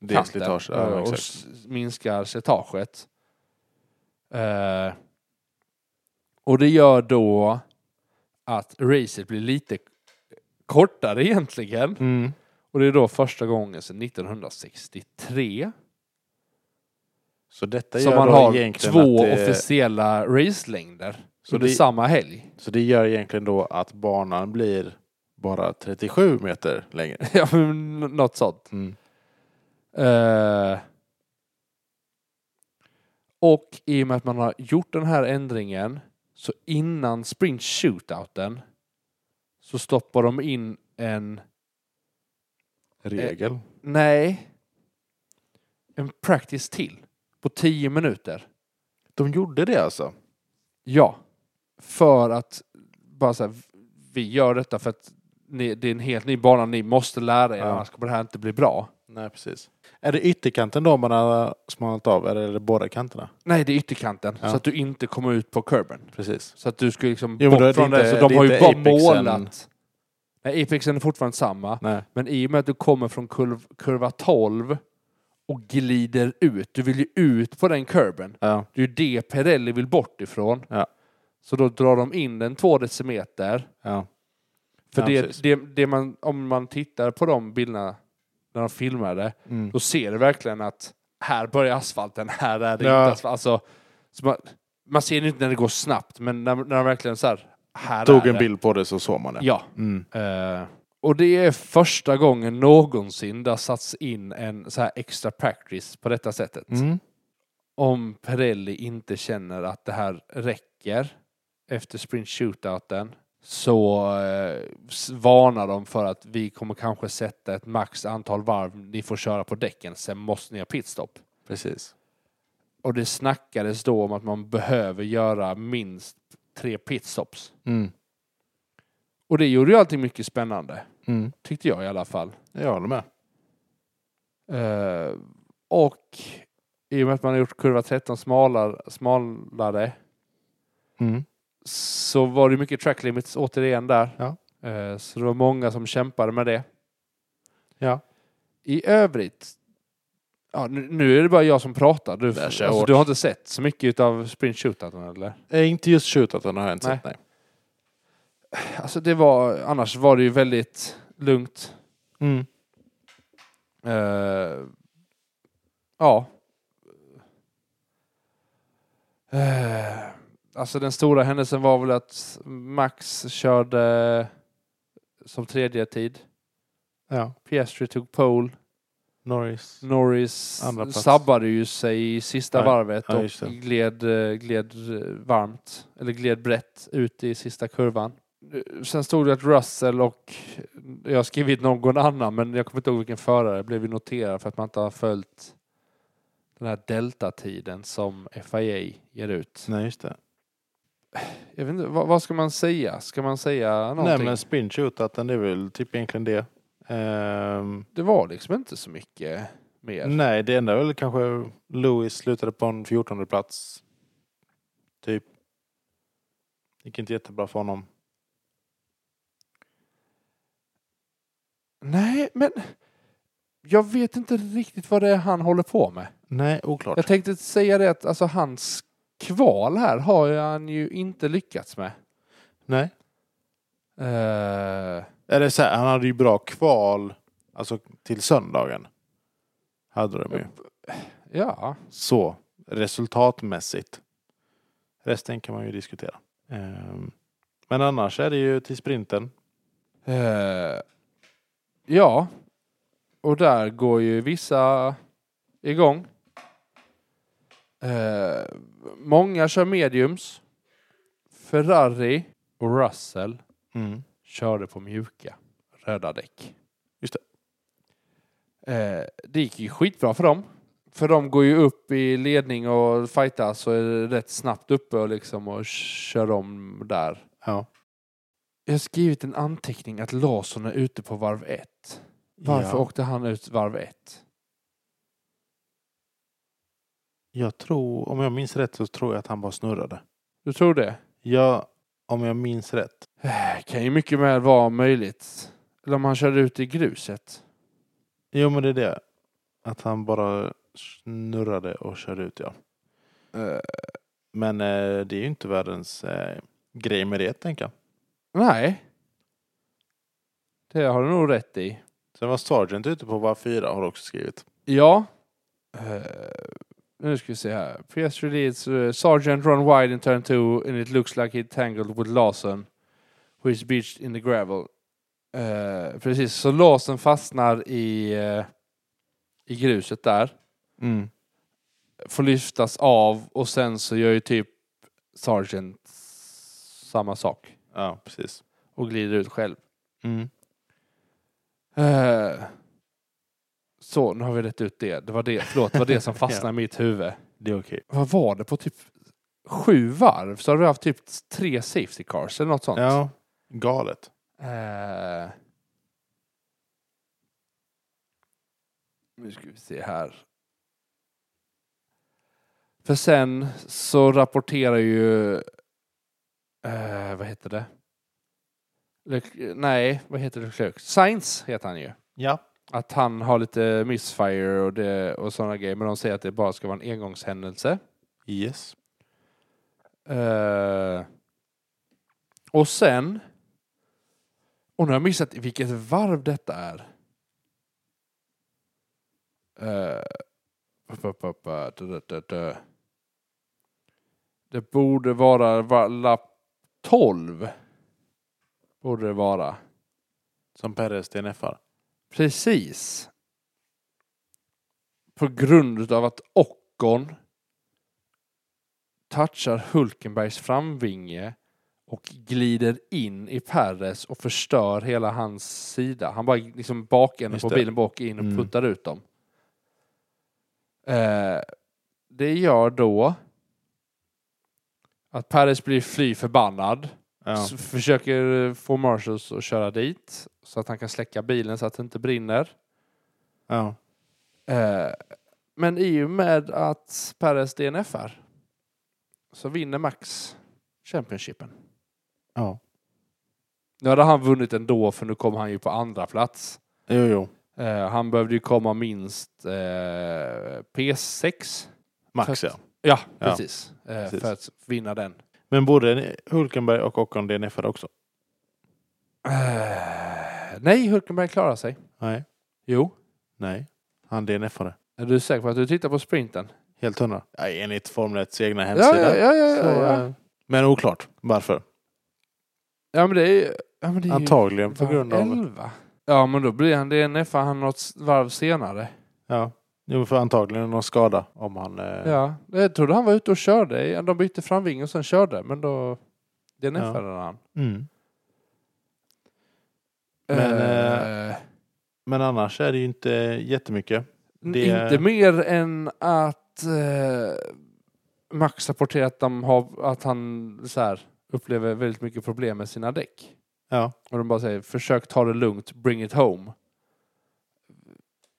Speaker 1: Det är
Speaker 2: kanten,
Speaker 1: slitage.
Speaker 2: eh,
Speaker 1: Ja,
Speaker 2: och
Speaker 1: exakt.
Speaker 2: s- minskar slitaget. Eh, och det gör då att racet blir lite kortare egentligen.
Speaker 1: Mm.
Speaker 2: Och det är då första gången sedan 1963
Speaker 1: Så detta
Speaker 2: som
Speaker 1: gör
Speaker 2: man
Speaker 1: då
Speaker 2: har
Speaker 1: egentligen
Speaker 2: två
Speaker 1: att eh, det,
Speaker 2: officiella racelängder
Speaker 1: Så
Speaker 2: under
Speaker 1: det-
Speaker 2: samma helg.
Speaker 1: Så det gör egentligen då att banan blir bara 37 meter längre.
Speaker 2: Ja, men Något sånt.
Speaker 1: Mm.
Speaker 2: Eh, och i och med att man har gjort den här ändringen så innan sprint shootouten så stoppar de in en,
Speaker 1: Regel.
Speaker 2: nej, en practice till på 10 minuter.
Speaker 1: De gjorde det alltså?
Speaker 2: Ja, för att bara så här, vi gör detta för att ni, det är en helt ny bana, ni måste lära er,
Speaker 1: Ja.
Speaker 2: annars kommer det här inte bli bra.
Speaker 1: Nej, precis. Är det ytterkanten då man har smalnat av eller är det båda kanterna?
Speaker 2: Nej, det är ytterkanten,
Speaker 1: Ja.
Speaker 2: så att du inte kommer ut på curben.
Speaker 1: Precis.
Speaker 2: Så att du ska liksom
Speaker 1: Jo, men då är
Speaker 2: bort
Speaker 1: det
Speaker 2: från det,
Speaker 1: inte-
Speaker 2: så de
Speaker 1: det är
Speaker 2: har ju
Speaker 1: inte
Speaker 2: bara
Speaker 1: apexen.
Speaker 2: målat. Nej, apexen är fortfarande samma,
Speaker 1: Nej.
Speaker 2: men i och med att du kommer från kurv, kurva 12 och glider ut, du vill ju ut på den curben.
Speaker 1: Ja.
Speaker 2: Det är ju det Pirelli vill bort ifrån.
Speaker 1: Ja.
Speaker 2: Så då drar de in den två decimeter
Speaker 1: ja.
Speaker 2: För
Speaker 1: Ja,
Speaker 2: det,
Speaker 1: precis.
Speaker 2: det, det man, om man tittar på de bilderna när de filmade,
Speaker 1: Mm.
Speaker 2: då ser du verkligen att här börjar asfalten, här är det
Speaker 1: Ja.
Speaker 2: inte asfalt. Alltså, så man, man ser det inte när det går snabbt, men när, när de verkligen så här, här
Speaker 1: Tog
Speaker 2: är
Speaker 1: en
Speaker 2: det.
Speaker 1: bild på det så såg man det.
Speaker 2: Ja.
Speaker 1: Mm.
Speaker 2: Eh, och det är första gången någonsin det har satts in en så här extra practice på detta sättet.
Speaker 1: Mm.
Speaker 2: Om Pirelli inte känner att det här räcker efter sprint shootouten så eh, s- varnar de för att vi kommer kanske sätta ett max antal varv ni får köra på däcken, sen måste ni ha pitstop.
Speaker 1: Precis.
Speaker 2: Och det snackades då om att man behöver göra minst tre pitstops.
Speaker 1: Mm.
Speaker 2: Och det gjorde ju allting mycket spännande,
Speaker 1: Mm.
Speaker 2: tyckte jag i alla fall.
Speaker 1: Jag håller med.
Speaker 2: Eh, och i och med att man har gjort kurva 13 smalare, smalare
Speaker 1: Mm.
Speaker 2: så var det mycket track limits återigen där.
Speaker 1: Ja.
Speaker 2: Eh, så det var många som kämpade med det.
Speaker 1: Ja.
Speaker 2: I övrigt Ja, nu, nu är det bara jag som pratar. Du,
Speaker 1: Där kör jag
Speaker 2: alltså,
Speaker 1: hårt.
Speaker 2: du har inte sett så mycket av sprint shootouten eller?
Speaker 1: Eh, inte just shootouten har jag inte sett. Nej.
Speaker 2: Alltså det var, annars var det ju väldigt lugnt.
Speaker 1: Mm.
Speaker 2: Eh, ja. Eh, alltså den stora händelsen var väl att Max körde som tredje tid.
Speaker 1: Ja.
Speaker 2: Piastri tog pole.
Speaker 1: Norris.
Speaker 2: Norris
Speaker 1: Andra plats.
Speaker 2: sabbade ju sig i sista
Speaker 1: Ja,
Speaker 2: varvet
Speaker 1: ja,
Speaker 2: och
Speaker 1: just det.
Speaker 2: gled, eh, gled eh, varmt, eller gled brett ut i sista kurvan. Eh, Sen stod det att Russell och, jag har skrivit någon annan, men jag kommer inte ihåg vilken förare, blev ju noterad för att man inte har följt den här deltatiden som FIA ger ut.
Speaker 1: Nej, just det.
Speaker 2: Jag vet inte, vad, vad ska man säga? Ska man säga någonting?
Speaker 1: Nej, men sprint shootouten det är väl typ egentligen det. Ehm,
Speaker 2: Det var liksom inte så mycket mer.
Speaker 1: nej, det enda är väl kanske Lewis slutade på en 14 plats. Typ. Gick inte jättebra för honom.
Speaker 2: Nej, men jag vet inte riktigt vad det är han håller på med.
Speaker 1: Nej, oklart.
Speaker 2: Jag tänkte säga det att alltså, hans kval här har ju han ju inte lyckats med.
Speaker 1: Nej.
Speaker 2: Eh,
Speaker 1: Eller så här, han hade ju bra kval alltså till söndagen. Hade de ju.
Speaker 2: ja,
Speaker 1: Så resultatmässigt. Resten kan man ju diskutera. Ehm, men annars är det ju till sprinten.
Speaker 2: Eh, ja, och där går ju vissa igång. Eh, många kör mediums. Ferrari och Russell
Speaker 1: Mm.
Speaker 2: körde på mjuka röda däck.
Speaker 1: Just
Speaker 2: det. Eh, det gick ju skitbra för dem. För de går ju upp i ledning och fightas och är rätt snabbt uppe och, liksom och kör om där.
Speaker 1: Ja.
Speaker 2: Jag har skrivit en anteckning att Larsson är ute på varv ett.
Speaker 1: ja.
Speaker 2: Varför åkte han ut varv ett?
Speaker 1: Jag tror, om jag minns rätt så tror jag att han bara snurrade.
Speaker 2: Du tror det?
Speaker 1: Ja, om jag minns rätt.
Speaker 2: Eh, kan ju mycket väl vara möjligt. Eller om han körde ut i gruset.
Speaker 1: Jo men det är det. Att han bara snurrade och körde ut ja.
Speaker 2: Eh,
Speaker 1: Men eh, det är ju inte världens eh, grej med det tänker jag.
Speaker 2: nej. Det har du nog rätt i.
Speaker 1: Sen var Sargent ute på var fyra har du också skrivit.
Speaker 2: Ja. Eh, nu ska vi se här. Press release. Uh, Sergeant Ron wide in turn 2 and it looks like he tangled with Lawson who is beached in the gravel. Eh, precis, så Lawson fastnar i, eh, i gruset där. Mm. Får lyftas av och sen så gör ju typ Sergeant samma sak
Speaker 1: Ja, precis.
Speaker 2: och glider ut själv. Mm. Eh, så, nu har vi rätt ut det. Det var det, förlåt, det, var det som fastnade i mitt huvud.
Speaker 1: Det är okej.
Speaker 2: vad var det, på typ sju varv så har du haft typ tre safety cars eller något sånt.
Speaker 1: Ja, galet.
Speaker 2: Eh. Nu ska vi se här. För sen så rapporterar ju... Eh, vad heter det? Le- nej, vad heter det? Leclerc? Sainz heter han ju.
Speaker 1: Ja.
Speaker 2: Att han har lite missfire och, det- och sådana grejer. Men de säger att det bara ska vara en engångshändelse.
Speaker 1: Yes.
Speaker 2: Eh, och sen... Och nu har jag missat vilket varv detta är. Eh, upp, upp, upp, eh, dö, dö, dö, dö. Det borde vara var, lapp 12. Borde det vara.
Speaker 1: Som Perres DNFar.
Speaker 2: Precis. På grund av att Ockon touchar Hulkenbergs framvinge och glider in i Perres och förstör hela hans sida. Han bara liksom bakänden
Speaker 1: Just
Speaker 2: på
Speaker 1: det.
Speaker 2: bilen bak in och
Speaker 1: Mm.
Speaker 2: puttar ut dem. Eh, det gör då att Perres blir fly förbannad.
Speaker 1: Ja.
Speaker 2: S- försöker eh, få Marshalls att köra dit så att han kan släcka bilen så att det inte brinner.
Speaker 1: ja.
Speaker 2: Eh, men i och med att Perez DNFR så vinner Max Championshipen.
Speaker 1: Ja.
Speaker 2: Nu hade han vunnit ändå för nu kom han ju på andra plats.
Speaker 1: Jo, jo.
Speaker 2: Eh, han behövde ju komma minst eh, P6.
Speaker 1: Max
Speaker 2: För
Speaker 1: ja.
Speaker 2: att- Ja,
Speaker 1: Ja,
Speaker 2: precis. Eh,
Speaker 1: precis.
Speaker 2: För att vinna den.
Speaker 1: Men både Hulkenberg och Ocon DNFade också?
Speaker 2: Eh, nej, Hulkenberg klarar sig.
Speaker 1: Nej.
Speaker 2: Jo.
Speaker 1: Nej. Han DNFade.
Speaker 2: Är du säker på att du tittar på sprinten?
Speaker 1: Helt hundra. Ja, enligt Formel 1s egna
Speaker 2: Ja,
Speaker 1: hemsida.
Speaker 2: ja, ja, ja,
Speaker 1: Så,
Speaker 2: ja, ja.
Speaker 1: eh, Men oklart varför.
Speaker 2: ja, men det är ju... Ja, men det är ju
Speaker 1: Antagligen på
Speaker 2: varv
Speaker 1: grund av...
Speaker 2: 11. Ja, men då blir han DNF han något s- varv senare.
Speaker 1: Ja. Jo, för antagligen någon skada om han... Eh,
Speaker 2: Ja, jag trodde han var ute och körde. De bytte fram vingen och sen körde, men då DNFade han.
Speaker 1: Mm. Men,
Speaker 2: Eh,
Speaker 1: Men annars är det ju inte jättemycket. det-
Speaker 2: Inte mer än att eh, Max rapporterar att, de har, att han så här, upplever väldigt mycket problem med sina däck.
Speaker 1: Ja.
Speaker 2: Och de bara säger försök ta det lugnt, bring it home.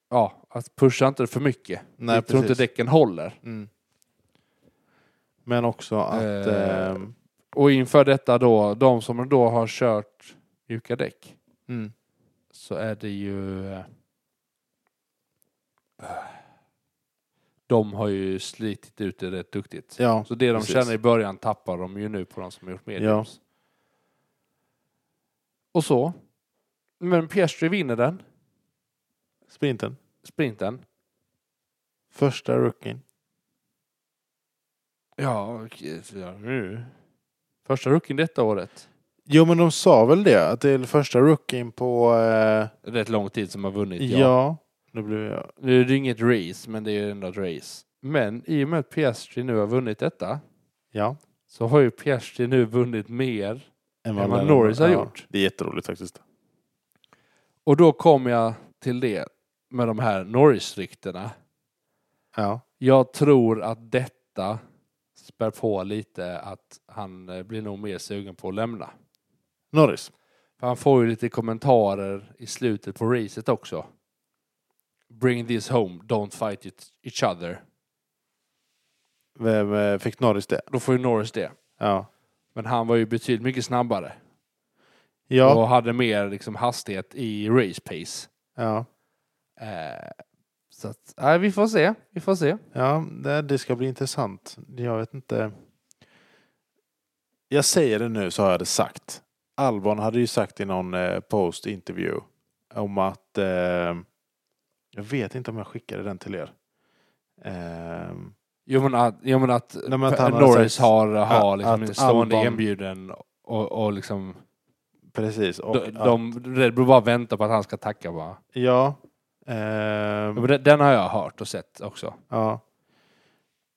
Speaker 2: Ja, att pusha inte det för mycket.
Speaker 1: Nej,
Speaker 2: Vi tror inte
Speaker 1: precis.
Speaker 2: däcken håller.
Speaker 1: Mm. Men också att...
Speaker 2: Eh,
Speaker 1: ehm,
Speaker 2: Och inför detta då, de som då har kört mjuka däck
Speaker 1: mm.
Speaker 2: så är det ju... eh, De har ju slitit ut det rätt duktigt.
Speaker 1: Ja,
Speaker 2: Så det de
Speaker 1: Precis.
Speaker 2: känner i början tappar de ju nu på de som har gjort mediums. Och så. Men Piastri vinner den,
Speaker 1: sprinten.
Speaker 2: sprinten.
Speaker 1: Första rookien.
Speaker 2: Ja, okej, så ja, nu. Första rookien detta året.
Speaker 1: Jo, men de sa väl det? Att det är första rookien på... Eh,
Speaker 2: Rätt lång tid som har vunnit.
Speaker 1: ja. Nu blev jag...
Speaker 2: Nu är det inget race, men det är ju ändå ett race. Men i och med att Piastri nu har vunnit detta
Speaker 1: Ja.
Speaker 2: så har ju Piastri nu vunnit mer.
Speaker 1: Än
Speaker 2: vad Norris har
Speaker 1: ja.
Speaker 2: gjort.
Speaker 1: Det är jätteroligt faktiskt.
Speaker 2: Och då kommer jag till det med de här Norris-ryktena.
Speaker 1: Ja.
Speaker 2: Jag tror att detta spär på lite att han eh, blir nog mer sugen på att lämna.
Speaker 1: Norris.
Speaker 2: För han får ju lite kommentarer i slutet på racet också. Bring this home, don't fight it, each other.
Speaker 1: Vem eh, fick Norris det?
Speaker 2: Då får ju Norris det.
Speaker 1: Ja.
Speaker 2: Men han var ju betydligt mycket snabbare
Speaker 1: Ja.
Speaker 2: och hade mer liksom, hastighet i race pace.
Speaker 1: Ja.
Speaker 2: Eh, så att, nej, vi får se. Vi får se.
Speaker 1: ja. Det, det ska bli intressant. Jag vet inte. Jag säger det nu så har jag det sagt. Albon hade ju sagt i någon eh, postintervju om att eh, jag vet inte om jag skickade den till er. Ehm,
Speaker 2: Jo men att, jo, men att,
Speaker 1: Nej, men att han har
Speaker 2: Norris
Speaker 1: sagt
Speaker 2: har, har
Speaker 1: att-
Speaker 2: liksom
Speaker 1: att
Speaker 2: en stående
Speaker 1: Albon-
Speaker 2: inbjuden och, och liksom
Speaker 1: precis. Och,
Speaker 2: de,
Speaker 1: att-
Speaker 2: de, Red Bull bara väntar på att han ska tacka bara.
Speaker 1: Ja. Ehm,
Speaker 2: Ja, men Den, den har jag hört och sett också.
Speaker 1: ja.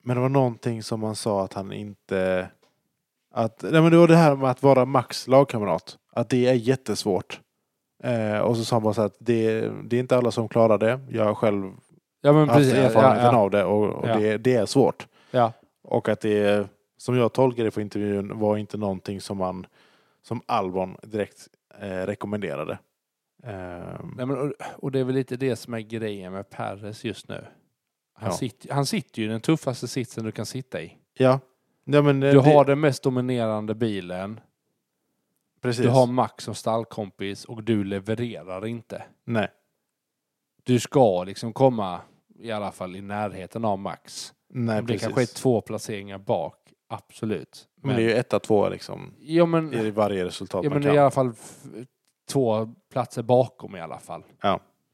Speaker 1: Men det var någonting som man sa att han inte... Att, nej men det var det här med att vara Max lagkamrat. Att det är jättesvårt. Eh, och så sa han bara så här att det, det är inte alla som klarar det. Jag har själv
Speaker 2: Ja men
Speaker 1: haft
Speaker 2: precis. Ja,
Speaker 1: erfarenheten
Speaker 2: ja,
Speaker 1: av det och, och
Speaker 2: Ja.
Speaker 1: det, det är svårt.
Speaker 2: ja.
Speaker 1: Och att det, som jag tolkade det på intervjun, var inte någonting som man som Albon direkt eh, rekommenderade. Ehm,
Speaker 2: Nej, men, och, och det är väl lite det som är grejen med Perres just nu. Han,
Speaker 1: Ja.
Speaker 2: sitter, han sitter ju i den tuffaste sitsen du kan sitta i.
Speaker 1: ja. Nej, men, eh,
Speaker 2: Du har den mest dominerande bilen,
Speaker 1: precis.
Speaker 2: du har Max som stallkompis och du levererar inte.
Speaker 1: Nej.
Speaker 2: Du ska liksom komma i alla fall i närheten av Max.
Speaker 1: Nej,
Speaker 2: Om det
Speaker 1: precis.
Speaker 2: kanske är två placeringar bak, absolut.
Speaker 1: Men det är ju etta, tvåa liksom
Speaker 2: ja, men,
Speaker 1: i varje resultat
Speaker 2: Mm. ja,
Speaker 1: man
Speaker 2: men det är
Speaker 1: kan.
Speaker 2: i alla fall f- två platser bakom i alla fall.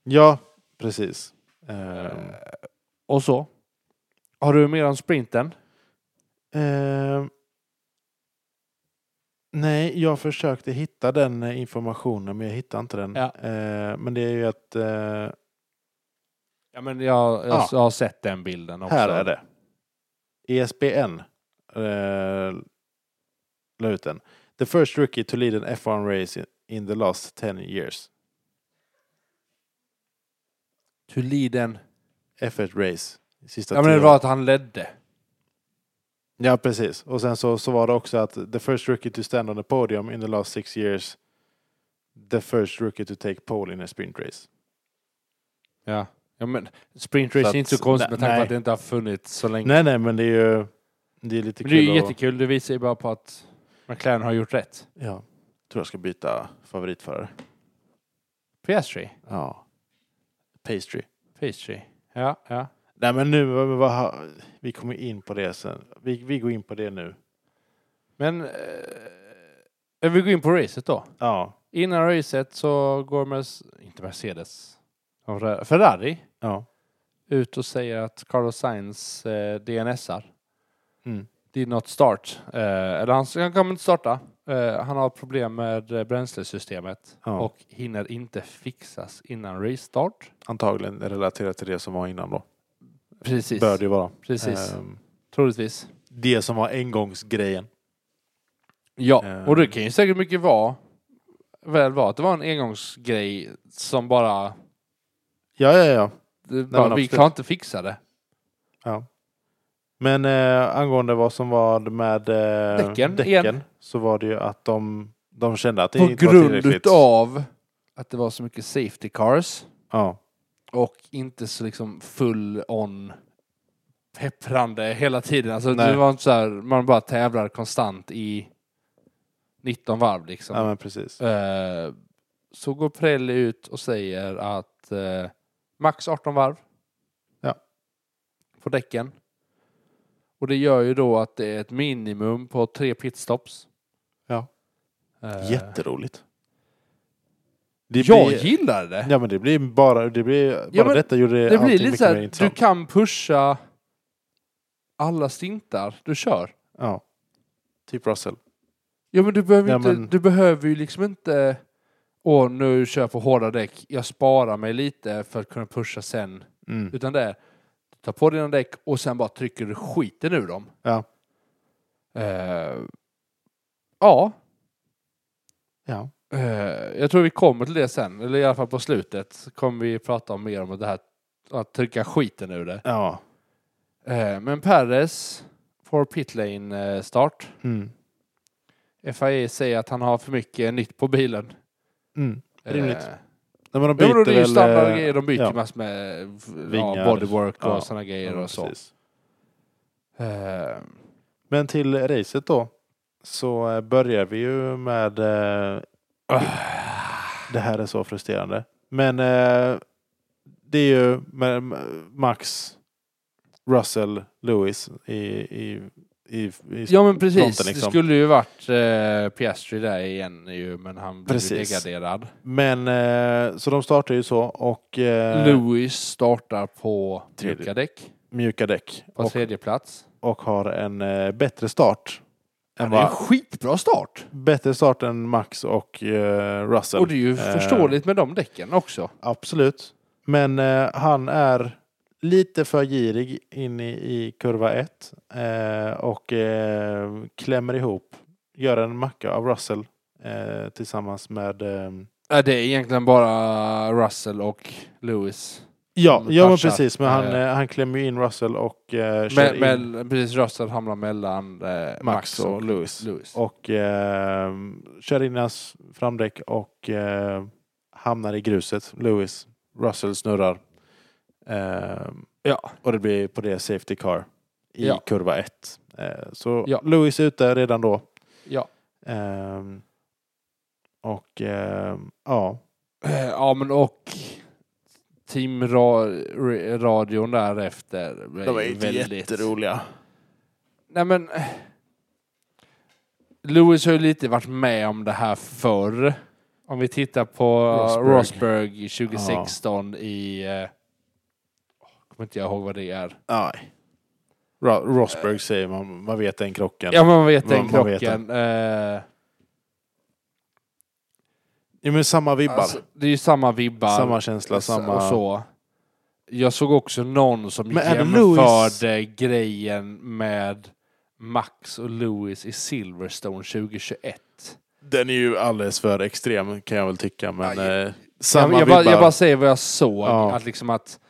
Speaker 1: Ja, precis. Ehm,
Speaker 2: Och så. Har du mer om sprinten?
Speaker 1: ehm. nej, jag försökte hitta den eh, informationen men jag hittade inte den.
Speaker 2: Ja.
Speaker 1: Ehm, men det är ju att eh,
Speaker 2: Ja, men jag, jag
Speaker 1: Ja.
Speaker 2: har sett den bilden också.
Speaker 1: här är det. E ESPN eh, la ut den. The first rookie to lead an F1 race in- in the last 10 years.
Speaker 2: Tuliden.
Speaker 1: F1 race. Sista
Speaker 2: Ja, men det
Speaker 1: tio
Speaker 2: var att han ledde.
Speaker 1: Ja, precis. Och sen så, så var det också att the first rookie to stand on the podium in the last six years the first rookie to take pole in a sprint race.
Speaker 2: Ja. Ja, men sprint
Speaker 1: Så
Speaker 2: race
Speaker 1: att-
Speaker 2: är inte så konstigt
Speaker 1: nej,
Speaker 2: med tanke på
Speaker 1: nej.
Speaker 2: att det inte har funnits så länge.
Speaker 1: Nej, nej, men det är ju det är lite
Speaker 2: men det
Speaker 1: kul.
Speaker 2: är ju
Speaker 1: att,
Speaker 2: jättekul. Det visar ju bara på att McLaren har gjort rätt.
Speaker 1: ja, tror jag ska byta favoritförare.
Speaker 2: Piastri.
Speaker 1: Ja. pastry.
Speaker 2: Pastry. Ja, ja.
Speaker 1: Nej men nu, vad- vad har- vi kommer in på det sen. Vi, vi går in på det nu.
Speaker 2: Men eh, vi går in på racet då.
Speaker 1: Ja.
Speaker 2: Innan racet så går Mercedes, inte Mercedes, Ferrari
Speaker 1: Ja.
Speaker 2: ut och säger att Carlos Sainz eh, DNSar.
Speaker 1: Mm.
Speaker 2: Did not start. Eh, eller han, han kommer inte starta. Eh, han har problem med eh, bränslesystemet
Speaker 1: Ja.
Speaker 2: och hinner inte fixas innan restart.
Speaker 1: Antagligen relaterat till det som var innan då.
Speaker 2: Precis.
Speaker 1: Bör det ju vara.
Speaker 2: Precis.
Speaker 1: Ehm,
Speaker 2: Troligtvis.
Speaker 1: det som var engångsgrejen.
Speaker 2: Ja,
Speaker 1: Eh.
Speaker 2: och det kan ju säkert mycket vara väl vara att det var en engångsgrej som bara,
Speaker 1: Ja, ja, ja.
Speaker 2: det, bara
Speaker 1: men
Speaker 2: vi
Speaker 1: absolut.
Speaker 2: kan inte fixa det.
Speaker 1: ja. Men eh, angående vad som var med eh,
Speaker 2: Däcken igen.
Speaker 1: så var det ju att de, de kände att det
Speaker 2: På
Speaker 1: inte var
Speaker 2: grund
Speaker 1: tillräckligt.
Speaker 2: utav att det var så mycket safety cars
Speaker 1: Ja.
Speaker 2: och inte så liksom full on pepprande hela tiden. Alltså
Speaker 1: Nej.
Speaker 2: det var inte så här, man bara tävlar konstant i 19 varv liksom.
Speaker 1: ja, men precis.
Speaker 2: Eh, så går Prelli ut och säger att eh, max 18 varv.
Speaker 1: Ja.
Speaker 2: På däcken. Och det gör ju då att det är ett minimum på tre pitstops.
Speaker 1: Ja.
Speaker 2: Eh,
Speaker 1: Jätteroligt. Det
Speaker 2: jag
Speaker 1: blir-
Speaker 2: gillar det.
Speaker 1: Ja men det blir bara, det blir, bara
Speaker 2: Ja, men
Speaker 1: detta gjorde
Speaker 2: det
Speaker 1: allting
Speaker 2: blir lite
Speaker 1: mycket
Speaker 2: så
Speaker 1: mer
Speaker 2: här, du
Speaker 1: intressant.
Speaker 2: kan pusha alla stintar du kör.
Speaker 1: Ja. Typ Russell.
Speaker 2: Ja men du behöver,
Speaker 1: Ja,
Speaker 2: inte,
Speaker 1: men-
Speaker 2: Du behöver ju liksom inte Åh, nu kör jag på hårda däck. Jag sparar mig lite för att kunna pusha sen.
Speaker 1: Mm.
Speaker 2: Utan det är, du tar på dina däck och sen bara trycker du skiten ur dem.
Speaker 1: Ja.
Speaker 2: Eh, ja,
Speaker 1: Ja.
Speaker 2: eh, jag tror vi kommer till det sen. Eller i alla fall på slutet kommer vi prata om mer om det här att trycka skiten ur det.
Speaker 1: Ja.
Speaker 2: Eh, men Perez får pitlane eh, start.
Speaker 1: Mm.
Speaker 2: FIA säger att han har för mycket nytt på bilen.
Speaker 1: Mm. Rimligt.
Speaker 2: Eh,
Speaker 1: Nej, men de
Speaker 2: jo, men det är ju
Speaker 1: väl, eh,
Speaker 2: standardgrejer. De byter
Speaker 1: ja.
Speaker 2: massor med f- ja,
Speaker 1: Vingar.
Speaker 2: bodywork och
Speaker 1: Ja.
Speaker 2: sådana grejer
Speaker 1: Ja,
Speaker 2: och så.
Speaker 1: precis.
Speaker 2: Eh,
Speaker 1: Men till racet då. Så eh, börjar vi ju med... Eh,
Speaker 2: Ah.
Speaker 1: det här är så frustrerande. Men eh, det är ju med Max, Russell, Lewis i, i, i, i
Speaker 2: ja men precis,
Speaker 1: fronten, liksom.
Speaker 2: det skulle ju varit eh, Piastri där igen ju, men han blev ju
Speaker 1: Precis.
Speaker 2: degraderad.
Speaker 1: Men eh, så de startar ju så och eh,
Speaker 2: Lewis startar på
Speaker 1: Tredje.
Speaker 2: mjuka däck,
Speaker 1: mjuka däck
Speaker 2: på
Speaker 1: och,
Speaker 2: tredje plats.
Speaker 1: och har en eh, bättre start.
Speaker 2: Ja,
Speaker 1: Än
Speaker 2: det är en
Speaker 1: vad,
Speaker 2: skitbra start!
Speaker 1: bättre start än Max och eh, Russell.
Speaker 2: Och det är ju
Speaker 1: Eh,
Speaker 2: förståeligt med de däcken också.
Speaker 1: Absolut. Men eh, han är lite för girig in i, i kurva 1 eh, och eh, klämmer ihop, gör en macka av Russell eh, tillsammans med eh,
Speaker 2: Ja, det är egentligen bara Russell och Lewis.
Speaker 1: Ja,
Speaker 2: Mm,
Speaker 1: ja men
Speaker 2: touchar.
Speaker 1: precis. Men han,
Speaker 2: Eh.
Speaker 1: eh, han klämmer ju in Russell och eh, kör
Speaker 2: Men,
Speaker 1: in
Speaker 2: men, precis, Russell hamnar mellan eh, Max,
Speaker 1: Max och, Lewis.
Speaker 2: Lewis.
Speaker 1: och eh, kör in hans framdäck och eh, hamnar i gruset. Lewis, Russell snurrar. Eh,
Speaker 2: Ja.
Speaker 1: och det blir på det Safety Car i
Speaker 2: Ja.
Speaker 1: kurva 1. Eh, så
Speaker 2: Ja.
Speaker 1: Lewis är ute redan då.
Speaker 2: Ja.
Speaker 1: Eh, och eh, ja,
Speaker 2: Eh, Ja, men och teamradion därefter.
Speaker 1: de är inte jätteroliga.
Speaker 2: Nej, men... eh, Lewis har ju lite varit med om det här förr. Om vi tittar på
Speaker 1: Rosberg.
Speaker 2: Rosberg 2016 i... eh, Jag kommer inte jag ihåg vad det är.
Speaker 1: Nej. Ro- Rosberg säger man, man vet den krocken.
Speaker 2: Ja, men man vet
Speaker 1: Man-
Speaker 2: den
Speaker 1: man vet
Speaker 2: krocken. Eh,
Speaker 1: Ja, men samma vibbar.
Speaker 2: Alltså, det är ju samma vibbar.
Speaker 1: samma känsla, samma...
Speaker 2: Och så. Jag såg också någon som
Speaker 1: Men är det
Speaker 2: jämförde grejen med Max och Lewis i Silverstone 2021.
Speaker 1: Den är ju alldeles för extrem kan jag väl tycka. Men
Speaker 2: Ja,
Speaker 1: eh, samma
Speaker 2: jag, jag, bara,
Speaker 1: vibbar.
Speaker 2: jag bara säger vad jag såg.
Speaker 1: Ja.
Speaker 2: Att liksom att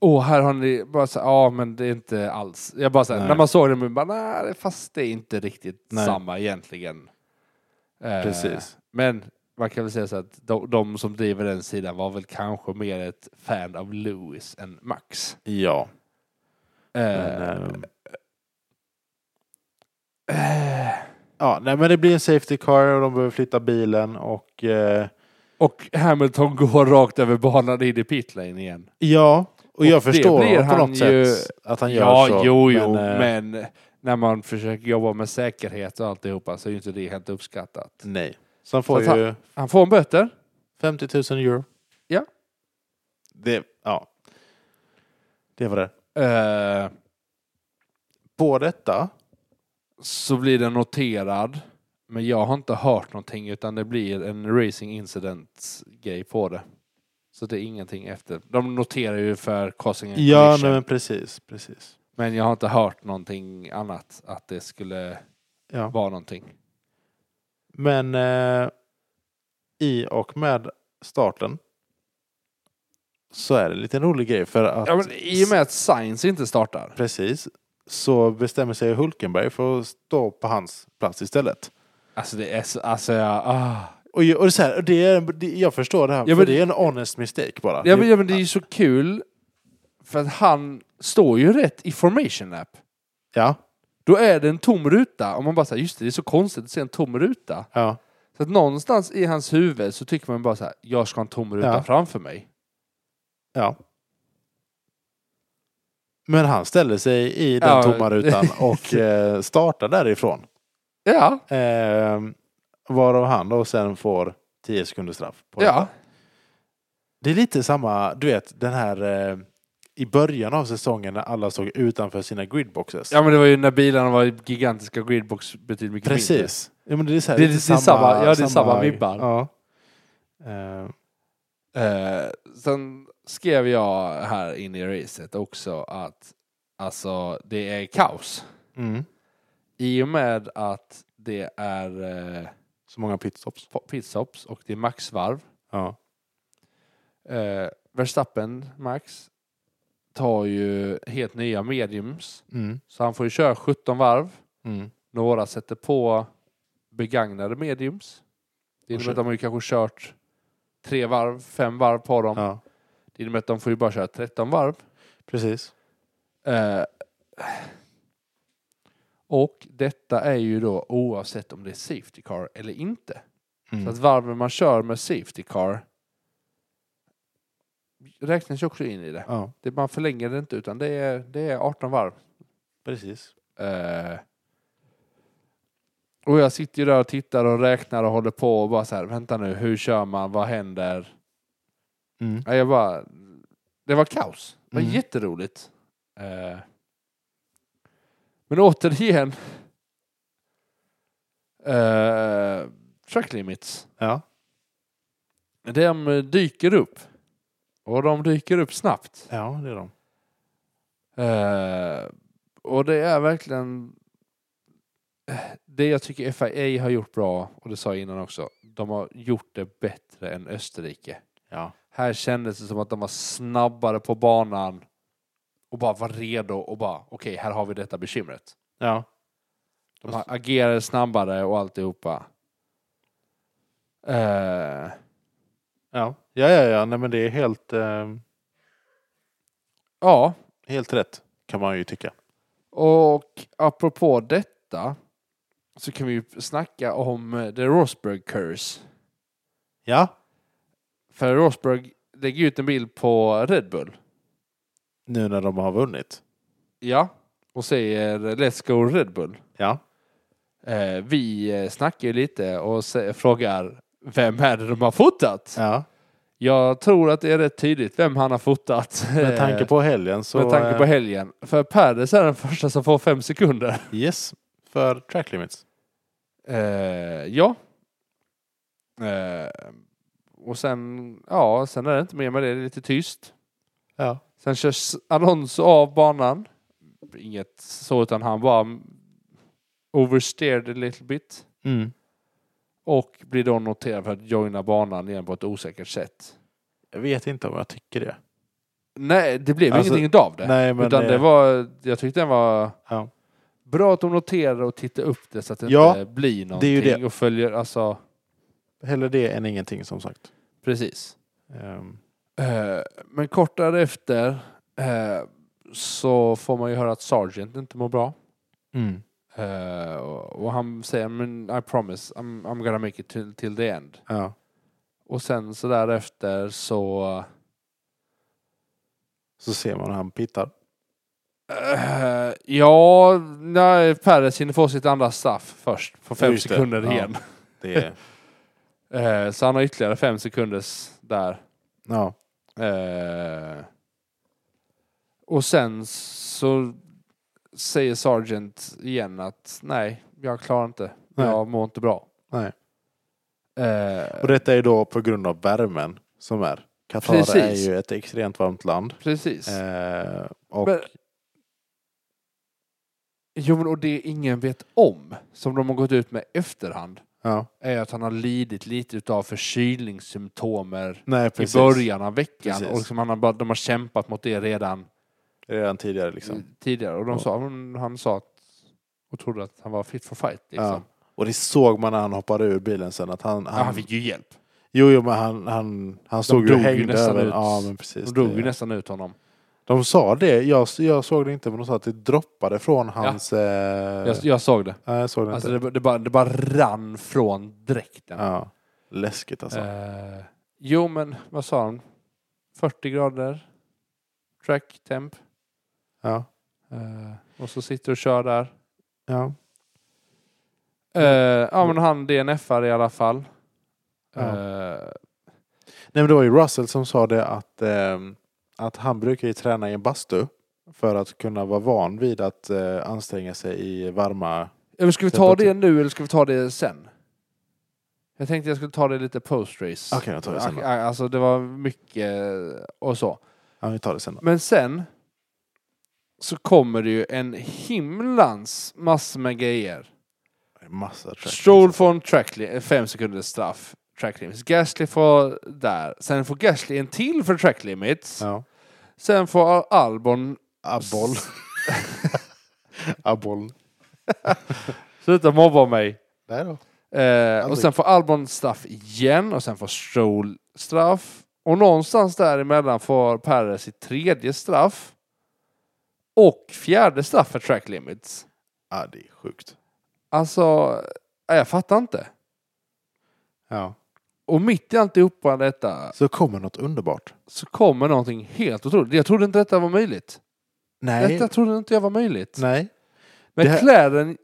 Speaker 2: Åh, här har ni... Bara så, här, ja, men det är inte alls... Jag bara så här,
Speaker 1: Nej.
Speaker 2: när man såg det, men bara, nej, fast det är inte riktigt
Speaker 1: Nej.
Speaker 2: samma egentligen. Eh,
Speaker 1: Precis.
Speaker 2: Men man kan väl säga så att de, de som driver den sidan var väl kanske mer ett fan av Lewis än Max.
Speaker 1: Ja.
Speaker 2: Eh,
Speaker 1: Men, ehm, ja nej, men det blir en safety car och de behöver flytta bilen och eh,
Speaker 2: Och Hamilton går rakt över banan in i pitlane igen.
Speaker 1: Ja, och,
Speaker 2: Och det
Speaker 1: jag förstår
Speaker 2: blir
Speaker 1: honom på
Speaker 2: han
Speaker 1: något
Speaker 2: ju-
Speaker 1: sätt att han gör
Speaker 2: ja,
Speaker 1: så.
Speaker 2: jo, jo,
Speaker 1: eh,
Speaker 2: men, när man försöker jobba med säkerhet och alltihopa så är ju inte det helt uppskattat.
Speaker 1: Nej. Så han får
Speaker 2: Så att
Speaker 1: ju
Speaker 2: Han får en böter.
Speaker 1: 50 000 euro.
Speaker 2: Ja.
Speaker 1: Det, ja. Det var det.
Speaker 2: Eh,
Speaker 1: På detta.
Speaker 2: så blir den noterad. Men jag har inte hört någonting utan det blir en racing incident grej på det. Så det är ingenting efter. De noterar ju för causing a
Speaker 1: Ja,
Speaker 2: collision.
Speaker 1: nej, men
Speaker 2: men...
Speaker 1: precis. precis.
Speaker 2: jag har inte hört någonting annat att det skulle
Speaker 1: Ja.
Speaker 2: vara någonting.
Speaker 1: Men eh, i och med starten så är det en liten rolig grej för att
Speaker 2: Ja, men I och med att Science inte startar.
Speaker 1: precis så bestämmer sig Hulkenberg för att stå på hans plats istället.
Speaker 2: Alltså det är så, alltså jag, ah.
Speaker 1: Och, ju- och så här, det är, det, jag förstår det här,
Speaker 2: Ja,
Speaker 1: för
Speaker 2: men-
Speaker 1: det är en honest mistake bara.
Speaker 2: ja, men, ja men det är ju så kul. För att han står ju rätt i formation lap.
Speaker 1: ja,
Speaker 2: Då är det en tom ruta. Och man bara säger just det, det är så konstigt att se en tom ruta.
Speaker 1: ja,
Speaker 2: Så att någonstans i hans huvud så tycker man bara så här, jag ska ha en tom ruta
Speaker 1: Ja.
Speaker 2: framför mig.
Speaker 1: ja. Men han ställer sig i den
Speaker 2: Ja.
Speaker 1: tomma rutan och eh, startar därifrån.
Speaker 2: Ja,
Speaker 1: Eh, varav han då sen får 10 sekunders straff. På
Speaker 2: ja.
Speaker 1: Det är lite samma, du vet den här eh, i början av säsongen när alla såg utanför sina gridboxes.
Speaker 2: Ja men det var ju när bilarna var gigantiska gridbox betydligt mycket mindre.
Speaker 1: Precis. Ja, men det är, så här,
Speaker 2: Det är
Speaker 1: lite
Speaker 2: lite samma- ja, det är samma vibbar.
Speaker 1: Ja. Eh,
Speaker 2: Eh, sen skrev jag här inne i racet också att alltså det är kaos.
Speaker 1: mm.
Speaker 2: I och med att det är eh,
Speaker 1: Så många pitstops.
Speaker 2: pitstops och det är maxvarv.
Speaker 1: Ja.
Speaker 2: Eh, Verstappen, Max, tar ju helt nya mediums.
Speaker 1: Mm.
Speaker 2: Så han får ju köra 17 varv.
Speaker 1: Mm.
Speaker 2: Några sätter på begagnade mediums. Det
Speaker 1: Och
Speaker 2: innebär att
Speaker 1: kör.
Speaker 2: de har ju kanske kört tre varv, fem varv på dem.
Speaker 1: ja,
Speaker 2: Det innebär att de får ju bara köra 13 varv.
Speaker 1: precis.
Speaker 2: Eh, och detta är ju då oavsett om det är safety car eller inte. Så
Speaker 1: Mm.
Speaker 2: att varven man kör med safety car räknas ju också in i det.
Speaker 1: Ja,
Speaker 2: det man förlänger det inte utan det är, det är 18 varv.
Speaker 1: precis.
Speaker 2: Eh, och jag sitter ju där och tittar och räknar och håller på och bara så här, vänta nu, hur kör man, vad händer?
Speaker 1: Mm.
Speaker 2: Ja, jag bara, det var kaos. Det var
Speaker 1: Mm.
Speaker 2: jätteroligt. Eh, men återigen, eh, track limits.
Speaker 1: Ja.
Speaker 2: De dyker upp. Och de dyker upp snabbt.
Speaker 1: ja, det är de.
Speaker 2: Eh, och det är verkligen eh, det jag tycker FIA har gjort bra, och det sa jag innan också, de har gjort det bättre än Österrike.
Speaker 1: Ja.
Speaker 2: Här kändes det som att de var snabbare på banan och bara var redo och bara okej, här har vi detta bekymret.
Speaker 1: ja.
Speaker 2: De bara agerade snabbare och alltihopa. Eh,
Speaker 1: Ja, ja, ja, ja. Nej, men det är helt, eh,
Speaker 2: ja,
Speaker 1: helt rätt kan man ju tycka.
Speaker 2: Och apropå detta så kan vi ju snacka om eh, The Rosberg Curse.
Speaker 1: Ja,
Speaker 2: För Rosberg lägger ut en bild på Red Bull.
Speaker 1: nu när de har vunnit.
Speaker 2: Ja. Och säger Let's go Red Bull.
Speaker 1: Ja,
Speaker 2: Eh, vi eh, snackar ju lite och se- frågar vem är det de har fotat?
Speaker 1: ja.
Speaker 2: Jag tror att det är rätt tydligt vem han har fotat.
Speaker 1: med tanke på helgen så...
Speaker 2: Med tanke på
Speaker 1: eh,
Speaker 2: helgen. För Perez är den första som får fem sekunder.
Speaker 1: yes, för track limits.
Speaker 2: Eh, ja. Eh, och sen, ja, sen är det inte mer med det. Det är lite tyst.
Speaker 1: Ja.
Speaker 2: Sen körs Alonso av banan. Inget så, utan han bara oversteered a little bit.
Speaker 1: Mm.
Speaker 2: Och blir då noterad för att joina banan igen på ett osäkert sätt.
Speaker 1: Jag vet inte om jag tycker det.
Speaker 2: Nej, det blev
Speaker 1: Alltså,
Speaker 2: ingenting av det.
Speaker 1: Nej, men...
Speaker 2: utan det
Speaker 1: eh,
Speaker 2: var, jag tyckte den var
Speaker 1: Ja.
Speaker 2: bra att de noterade och tittade upp det så att det
Speaker 1: Ja,
Speaker 2: inte blir
Speaker 1: det är
Speaker 2: någonting.
Speaker 1: ju det.
Speaker 2: Och följer, alltså,
Speaker 1: Hellre det än ingenting som sagt.
Speaker 2: precis.
Speaker 1: Ehm,
Speaker 2: Eh, Men kort därefter eh, så får man ju höra att Sargent inte mår bra.
Speaker 1: mm.
Speaker 2: Eh, och och han säger men I promise I'm, I'm gonna make it till, till the end.
Speaker 1: Ja.
Speaker 2: Och sen så därefter så...
Speaker 1: Så ser man hur han pittar.
Speaker 2: eh, ja, nej, Perez hinner få sitt andra straff först på fem
Speaker 1: Just det,
Speaker 2: sekunder
Speaker 1: ja.
Speaker 2: igen.
Speaker 1: Det är,
Speaker 2: Eh, så han har ytterligare fem sekunders där.
Speaker 1: ja.
Speaker 2: Eh, och sen så säger Sargent igen att nej, jag klarar inte.
Speaker 1: Nej.
Speaker 2: Jag mår inte bra.
Speaker 1: Nej.
Speaker 2: Eh,
Speaker 1: Och detta är då på grund av värmen som är. Qatar
Speaker 2: Precis.
Speaker 1: är ju ett extremt varmt land.
Speaker 2: precis.
Speaker 1: Eh, och
Speaker 2: Men- Jo, men och det ingen vet om, som de har gått ut med efterhand,
Speaker 1: ja,
Speaker 2: är att han har lidit lite utav förkylningssymptomer
Speaker 1: nej, precis.
Speaker 2: i början av veckan.
Speaker 1: Precis.
Speaker 2: Och liksom han har, bara- de har kämpat mot det redan
Speaker 1: Redan tidigare liksom.
Speaker 2: tidigare. Och de
Speaker 1: Ja.
Speaker 2: sa, men han sa att, och trodde att han var fit for fight. Liksom.
Speaker 1: Ja. Och det såg man när han hoppade ur bilen sen att han...
Speaker 2: Ja,
Speaker 1: han,
Speaker 2: han fick ju hjälp.
Speaker 1: Jo, jo, men han, han, han stod ju
Speaker 2: drog ju
Speaker 1: hängd
Speaker 2: nästan
Speaker 1: över.
Speaker 2: ut.
Speaker 1: Ja, men precis.
Speaker 2: De drog
Speaker 1: det.
Speaker 2: ju nästan ut honom.
Speaker 1: De sa det, jag, jag såg det inte, men de sa att det droppade från hans... Ja. Eh,
Speaker 2: Jag, jag såg det.
Speaker 1: nej, jag såg det
Speaker 2: Alltså
Speaker 1: inte.
Speaker 2: det, det, bara, det bara rann från dräkten.
Speaker 1: Ja. Läskigt alltså.
Speaker 2: Eh, jo, men vad sa han? 40 grader track temp.
Speaker 1: Ja.
Speaker 2: Eh, och så sitter du och kör där.
Speaker 1: Ja.
Speaker 2: Eh, ja, men han DNFar i alla fall.
Speaker 1: Ja.
Speaker 2: Eh,
Speaker 1: Nej, men det var ju Russell som sa det att, eh, att han brukar ju träna i en bastu för att kunna vara van vid att eh, anstränga sig i varma...
Speaker 2: eller ska vi ta det nu eller ska vi ta det sen? Jag tänkte jag skulle ta det lite post-race.
Speaker 1: Okej, jag tar det sen då.
Speaker 2: Ah, ah, Alltså det var mycket eh, och så.
Speaker 1: Ja, vi tar det sen då.
Speaker 2: Men sen så kommer det ju en himlans massa med grejer.
Speaker 1: Det är Massa track.
Speaker 2: Stroll får en trackli- eh, fem sekunders straff. Track limits. Gasly får där. Sen får Gasly en till för track limits.
Speaker 1: liksom. Ja.
Speaker 2: Sen får Albon
Speaker 1: Aboll. Aboll.
Speaker 2: sluta mobba mig.
Speaker 1: Där då.
Speaker 2: Eh, och sen får Albon straff igen och sen får Stroll straff. Och någonstans däremellan får Perez sitt tredje straff. Och fjärde straff för track limits.
Speaker 1: Ja, det är sjukt.
Speaker 2: Alltså, eh, jag fattar inte.
Speaker 1: Ja.
Speaker 2: Och mitt i alltihopa detta
Speaker 1: Så kommer något underbart.
Speaker 2: så kommer någonting helt otroligt. Jag trodde inte detta var möjligt.
Speaker 1: Nej.
Speaker 2: Detta trodde inte jag var möjligt.
Speaker 1: Nej.
Speaker 2: Men
Speaker 1: Det här-
Speaker 2: kläden...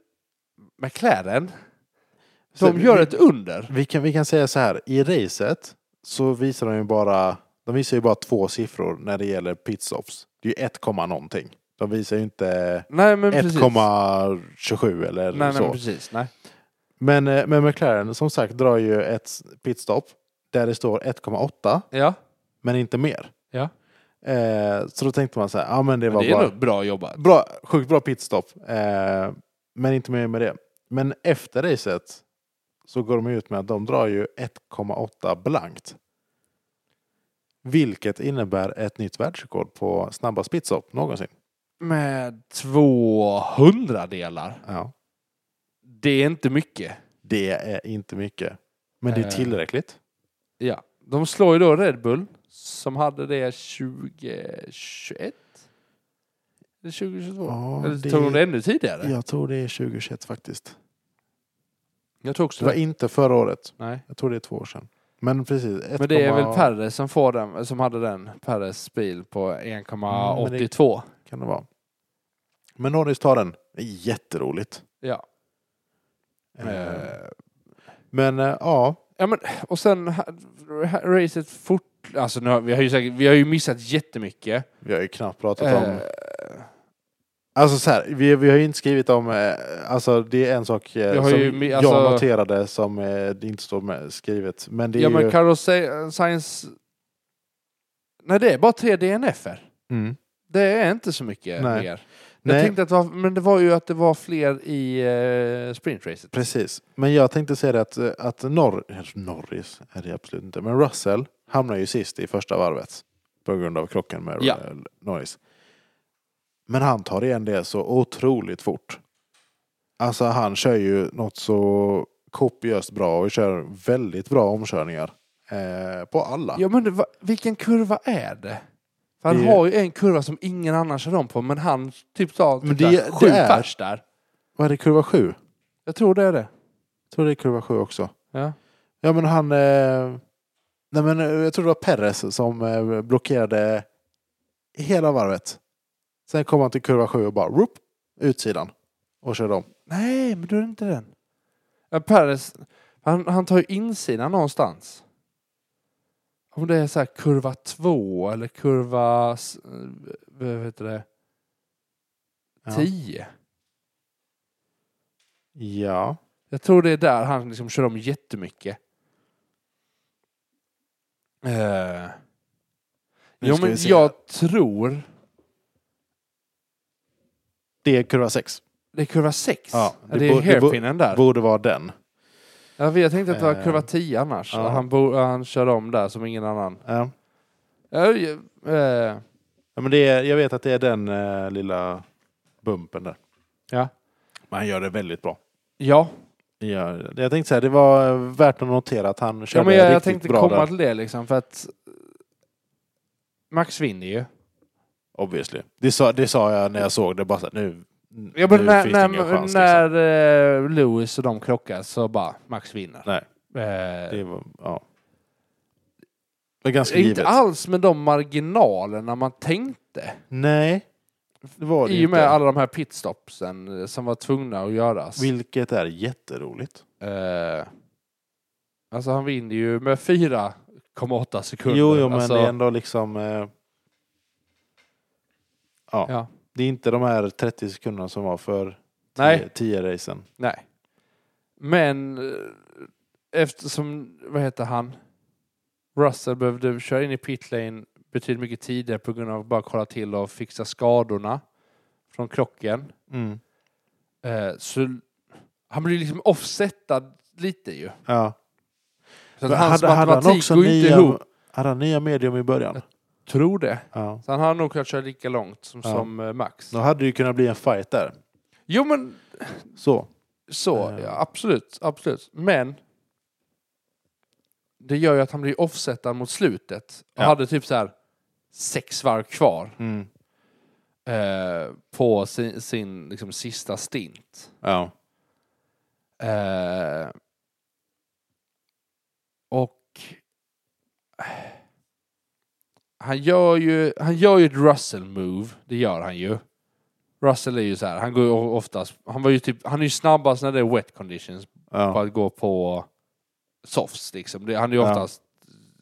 Speaker 2: Men kläden?
Speaker 1: Så
Speaker 2: De
Speaker 1: vi-
Speaker 2: gör
Speaker 1: vi-
Speaker 2: ett under.
Speaker 1: Vi kan, vi kan säga så här, i racet så visar de ju bara, de visar ju bara två siffror när det gäller pitstops. Det är ju 1, komma någonting. De visar ju inte
Speaker 2: Nej men precis.
Speaker 1: 1,27 eller
Speaker 2: Nej, nej
Speaker 1: så.
Speaker 2: men precis. Nej.
Speaker 1: men, eh, men McLaren som sagt drar ju ett pitstop där det står 1,8
Speaker 2: Ja.
Speaker 1: men inte mer.
Speaker 2: Ja.
Speaker 1: Eh, så då tänkte man så här, ja men det
Speaker 2: Det,
Speaker 1: var
Speaker 2: är
Speaker 1: bra.
Speaker 2: nog bra jobbat.
Speaker 1: bra. Sjukt bra pitstop. Eh, men inte mer med det. Men efter racet så går de ut med att de drar ju 1,8 blankt. Vilket innebär ett nytt världsrekord på snabbast pitstop någonsin.
Speaker 2: Med 200 delar.
Speaker 1: Ja.
Speaker 2: Det är inte mycket.
Speaker 1: Det är inte mycket. Men det är
Speaker 2: Eh.
Speaker 1: tillräckligt.
Speaker 2: Ja. De slår ju då Red Bull som hade det 2021. Eller 2022.
Speaker 1: Ja,
Speaker 2: Eller
Speaker 1: det-
Speaker 2: tog de det ännu tidigare?
Speaker 1: Jag tror det är 2021 faktiskt.
Speaker 2: Jag tror också
Speaker 1: Det var
Speaker 2: det.
Speaker 1: inte förra året.
Speaker 2: Nej.
Speaker 1: Jag tror det är två år sedan. Men precis. 1,
Speaker 2: Men det är väl Perre som, får den, som hade den, Perres bil
Speaker 1: Mm,
Speaker 2: på 1,82.
Speaker 1: Kan det vara. Men Norris tar den. Det är jätteroligt.
Speaker 2: ja.
Speaker 1: Eh,
Speaker 2: Eh,
Speaker 1: Men eh, ja,
Speaker 2: ja men, och sen ha- ha- racet fort... Alltså nu har, vi, har ju säkert, vi har ju missat jättemycket.
Speaker 1: vi har ju knappt pratat
Speaker 2: Eh,
Speaker 1: om... Alltså så här, vi, vi har ju inte skrivit om... eh, Alltså det är en sak eh,
Speaker 2: Vi har
Speaker 1: som
Speaker 2: ju mi- alltså-
Speaker 1: jag noterade som eh, det inte står med skrivet. Men det är
Speaker 2: ja men
Speaker 1: ju...
Speaker 2: Carlos Sa- Sainz... Nej det är bara tre DNFer.
Speaker 1: Mm.
Speaker 2: Det är inte så mycket
Speaker 1: Nej.
Speaker 2: mer. Jag
Speaker 1: Nej,
Speaker 2: tänkte att det var, men det var ju att det var fler i eh, sprintracet.
Speaker 1: precis. Men jag tänkte säga det att, eh, att Nor Norris är det absolut inte. Men Russell hamnar ju sist i första varvet. På grund av krocken med
Speaker 2: Ja.
Speaker 1: eh, Norris. Men han tar igen det så otroligt fort. Alltså han kör ju något så kopiöst bra och kör väldigt bra omkörningar. Eh, på alla.
Speaker 2: Ja men det var, vilken kurva är det? För han
Speaker 1: Det är-
Speaker 2: har ju en kurva som ingen annan kör om på men han typ tar
Speaker 1: Men
Speaker 2: typ
Speaker 1: det-
Speaker 2: där, sju
Speaker 1: det är-
Speaker 2: pers där.
Speaker 1: Vad är det, kurva 7? Jag
Speaker 2: Jag tror det är det.
Speaker 1: tror det är kurva 7 också.
Speaker 2: Ja.
Speaker 1: Ja men han... Eh, Nej, men eh, jag tror det var Perez som eh, blockerade hela varvet. Sen kom han till kurva 7 och bara whoop, utsidan och körde om.
Speaker 2: Nej, men du är det inte den. Ja, Perez, han, han tar ju insidan någonstans. Om det är så här kurva 2 eller kurva s- eh, vad heter det,
Speaker 1: Ja.
Speaker 2: 10.
Speaker 1: Ja.
Speaker 2: Jag tror det är där han liksom kör om jättemycket. Eh,
Speaker 1: Nu
Speaker 2: jo,
Speaker 1: ska
Speaker 2: men
Speaker 1: vi se.
Speaker 2: jag tror
Speaker 1: Det är kurva 6.
Speaker 2: det är kurva 6.
Speaker 1: Ja,
Speaker 2: det,
Speaker 1: det
Speaker 2: är
Speaker 1: bo- det bo-
Speaker 2: hairpinnen där.
Speaker 1: Borde vara den.
Speaker 2: Ja, för jag tänkte att det var
Speaker 1: Eh,
Speaker 2: kurva 10 annars.
Speaker 1: ja.
Speaker 2: Han, bo, han kör om där som ingen annan.
Speaker 1: Ja.
Speaker 2: Ja, ju- eh,
Speaker 1: Ja, men det är, jag vet att det är den eh, lilla bumpen där.
Speaker 2: Ja.
Speaker 1: Men han gör det väldigt bra.
Speaker 2: ja.
Speaker 1: Ja, jag tänkte säga, det var eh, värt att notera att han körde
Speaker 2: ja men jag, jag
Speaker 1: riktigt
Speaker 2: tänkte
Speaker 1: bra
Speaker 2: komma
Speaker 1: där.
Speaker 2: till det liksom för att
Speaker 1: eh,
Speaker 2: Max vinner ju.
Speaker 1: Obviously. Det sa, det sa jag när jag såg det. Bara så här, nu,
Speaker 2: Ja, men
Speaker 1: nu
Speaker 2: när
Speaker 1: finns
Speaker 2: när,
Speaker 1: det ingen chans. liksom.
Speaker 2: när eh, Lewis och de krockar så bara Max vinner.
Speaker 1: Nej.
Speaker 2: Eh,
Speaker 1: liksom. Det var, ja. Det var ganska
Speaker 2: inte
Speaker 1: givet.
Speaker 2: alls med de marginalerna man tänkte.
Speaker 1: Nej. Det var det
Speaker 2: I
Speaker 1: ju
Speaker 2: och med
Speaker 1: inte.
Speaker 2: alla de här pitstopsen eh, som var tvungna att göras.
Speaker 1: Vilket är jätteroligt.
Speaker 2: Eh, alltså han vinner ju med 4,8 sekunder.
Speaker 1: Jo, jo, men
Speaker 2: alltså,
Speaker 1: det är ändå liksom... Eh, ja.
Speaker 2: Ja.
Speaker 1: Det är inte de här 30 sekunderna som var för
Speaker 2: Nej,
Speaker 1: 10-racen.
Speaker 2: nej. Men eh, eftersom, vad heter han? Russell behövde köra in i pitlane betydligt mycket tidigare på grund av att bara kolla till och fixa skadorna från krocken.
Speaker 1: Mm.
Speaker 2: Eh, så han blir liksom offsetad lite ju.
Speaker 1: Ja.
Speaker 2: Så att
Speaker 1: Men
Speaker 2: hans
Speaker 1: hade, hade han
Speaker 2: matematik
Speaker 1: också
Speaker 2: går ju inte
Speaker 1: nya,
Speaker 2: ihop.
Speaker 1: Hade han nya medium i början?
Speaker 2: Tror det.
Speaker 1: Ja.
Speaker 2: Så han har nog kunnat köra lika långt som,
Speaker 1: Ja.
Speaker 2: som eh, Max.
Speaker 1: Då hade det ju kunnat bli en fight där.
Speaker 2: Jo men
Speaker 1: Så.
Speaker 2: så,
Speaker 1: Eh.
Speaker 2: ja, absolut, absolut. Men det gör ju att han blir offsetad mot slutet. Och
Speaker 1: Ja.
Speaker 2: hade typ så här sex varv kvar eh, på sin, sin liksom, sista stint.
Speaker 1: Ja.
Speaker 2: Eh, och han gör ju han gör ju ett Russell move, det gör han ju. Russell är ju så här, han går ju o- oftast, han var ju typ, han är ju snabbast när det är wet conditions på
Speaker 1: ja.
Speaker 2: att gå på softs liksom. Det, han är ju
Speaker 1: Ja.
Speaker 2: oftast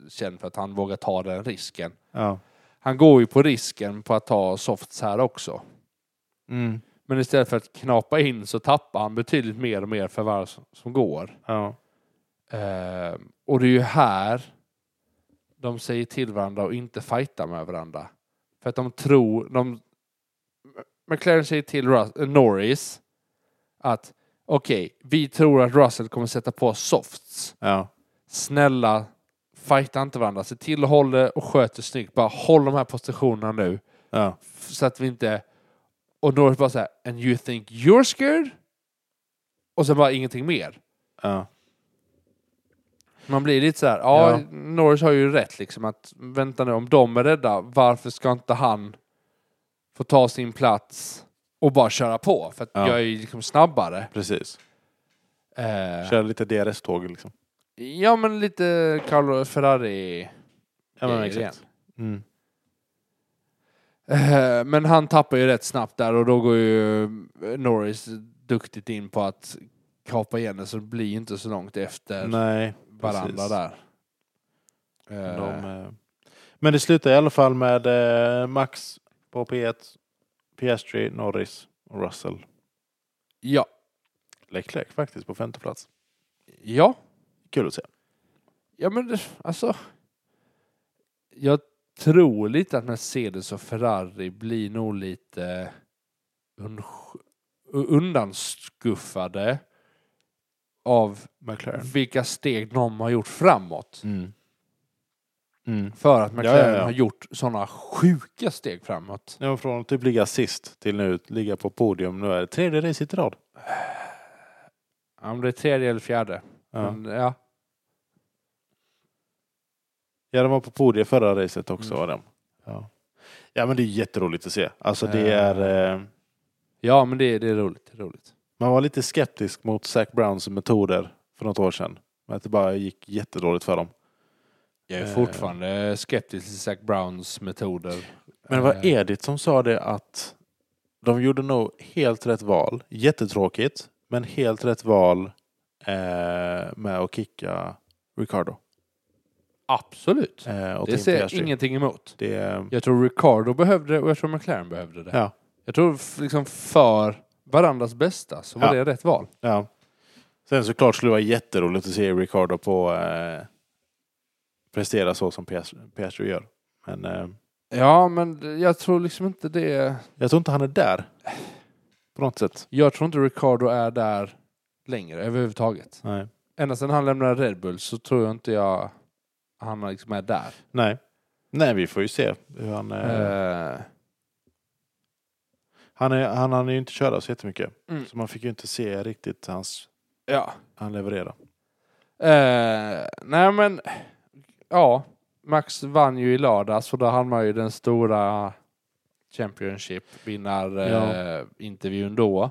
Speaker 2: känd för att han vågar ta den risken.
Speaker 1: ja.
Speaker 2: Han går ju på risken på att ta softs här också.
Speaker 1: Mm.
Speaker 2: Men istället för att knapa in så tappar han betydligt mer och mer för varje som, som går.
Speaker 1: ja.
Speaker 2: Eh, och det är ju här de säger till varandra och inte fightar med varandra. För att de tror... De, McLaren säger till Rus- eh, Norris att okej, vi tror att Russell kommer sätta på softs.
Speaker 1: ja.
Speaker 2: Snälla, fighta inte varandra. Se till att hålla och sköter snyggt. Bara håll de här positionerna nu.
Speaker 1: ja.
Speaker 2: f- Så att vi inte... Och Norris bara så här, and you think you're scared? Och sen bara ingenting mer.
Speaker 1: ja.
Speaker 2: Man blir lite så här, ja,
Speaker 1: Ja.
Speaker 2: Norris har ju rätt liksom att vänta nu, om de är rädda, varför ska inte han få ta sin plats och bara köra på? För att
Speaker 1: Ja.
Speaker 2: jag är ju liksom snabbare.
Speaker 1: Precis.
Speaker 2: Eh,
Speaker 1: Köra lite DRS-tåg liksom.
Speaker 2: ja, men lite Carlo Ferrari.
Speaker 1: Ja, men
Speaker 2: grejer
Speaker 1: exakt. Mm.
Speaker 2: Eh, men han tappar ju rätt snabbt där och då går ju eh, Norris duktigt in på att kapa igen det, så det blir ju inte så långt efter
Speaker 1: Nej.
Speaker 2: varandra
Speaker 1: precis.
Speaker 2: där. Eh,
Speaker 1: De, eh, men det slutar i alla fall med eh, Max på P1, Piastri, Norris och Russell.
Speaker 2: ja,
Speaker 1: Leclerc faktiskt på femte plats.
Speaker 2: ja.
Speaker 1: Kul att se.
Speaker 2: Ja men det- alltså. Jag tror lite att Mercedes och Ferrari blir nog lite uns- undanskuffade av
Speaker 1: McLaren.
Speaker 2: vilka steg de har gjort framåt.
Speaker 1: Mm. Mm.
Speaker 2: För att McLaren
Speaker 1: ja, ja.
Speaker 2: har gjort sådana sjuka steg framåt.
Speaker 1: Ja, från att typ ligga sist till nu ligga på podium. Nu är det tredje racet i rad.
Speaker 2: Ja, Om det är tredje eller fjärde.
Speaker 1: Ja.
Speaker 2: Men, ja.
Speaker 1: ja, de var på podium förra racet också.
Speaker 2: Mm.
Speaker 1: Var de. Ja. ja, men det är jätteroligt att se. Alltså det är... Eh,
Speaker 2: ja men det, det är roligt. Det är roligt.
Speaker 1: man var lite skeptisk mot Zac Browns metoder för något år sedan. Men att det bara gick jättedåligt för dem.
Speaker 2: Jag är
Speaker 1: Eh.
Speaker 2: fortfarande skeptisk till Zac Browns metoder.
Speaker 1: Men vad
Speaker 2: Eh,
Speaker 1: är det som sa det att de gjorde nog helt rätt val. Jättetråkigt, men helt rätt val eh, med att kicka Ricardo.
Speaker 2: Absolut.
Speaker 1: Eh, och
Speaker 2: det
Speaker 1: ta in
Speaker 2: ser jag
Speaker 1: Piastri.
Speaker 2: ingenövning. ingenting emot.
Speaker 1: Det, eh,
Speaker 2: Jag tror Ricardo behövde det och jag tror McLaren behövde det.
Speaker 1: Ja.
Speaker 2: Jag tror f- liksom för varandras bästa så var
Speaker 1: Ja.
Speaker 2: det rätt val.
Speaker 1: ja. Sen såklart skulle det vara jätteroligt att se Ricardo på eh, prestera så som Piastri Piastri gör. Men eh,
Speaker 2: Ja, men jag tror liksom inte det.
Speaker 1: jag tror inte han är där. På något sätt.
Speaker 2: Jag tror inte Ricardo är där längre överhuvudtaget.
Speaker 1: Nej.
Speaker 2: Ända sedan han lämnade Red Bull så tror jag inte jag han liksom är där.
Speaker 1: Nej. Nej, vi får ju se. Hur han, eh,
Speaker 2: Eh,
Speaker 1: han, är, han, han är ju inte köra så jättemycket.
Speaker 2: Mm.
Speaker 1: Så man fick ju inte se riktigt hans
Speaker 2: ja.
Speaker 1: Han levererar.
Speaker 2: Eh, nej men, ja. Max vann ju i lördags och då hann man ju den stora
Speaker 1: Ja.
Speaker 2: Championship-vinnarintervjun då.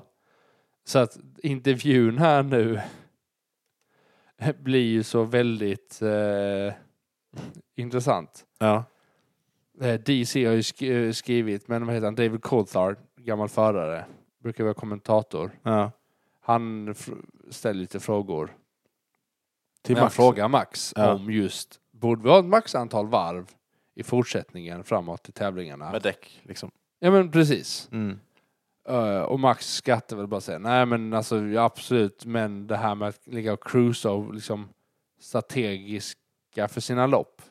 Speaker 2: Så att intervjun här nu blir ju så väldigt eh, intressant.
Speaker 1: Ja.
Speaker 2: Eh, DC har ju sk- eh, skrivit, men vad heter han? David Coulthard, gammal förare, brukar vara kommentator.
Speaker 1: ja.
Speaker 2: Han fr- ställer lite frågor
Speaker 1: Till
Speaker 2: men jag
Speaker 1: Max.
Speaker 2: frågar Max
Speaker 1: Ja.
Speaker 2: om just, borde vi ha ett maxantal varv i fortsättningen framåt i tävlingarna?
Speaker 1: Med däck liksom.
Speaker 2: Ja men precis.
Speaker 1: Mm.
Speaker 2: Ö, och Max skrattar väl bara säger, nej men alltså ja, absolut, men det här med att ligga och cruisa och liksom strategiska för sina lopp,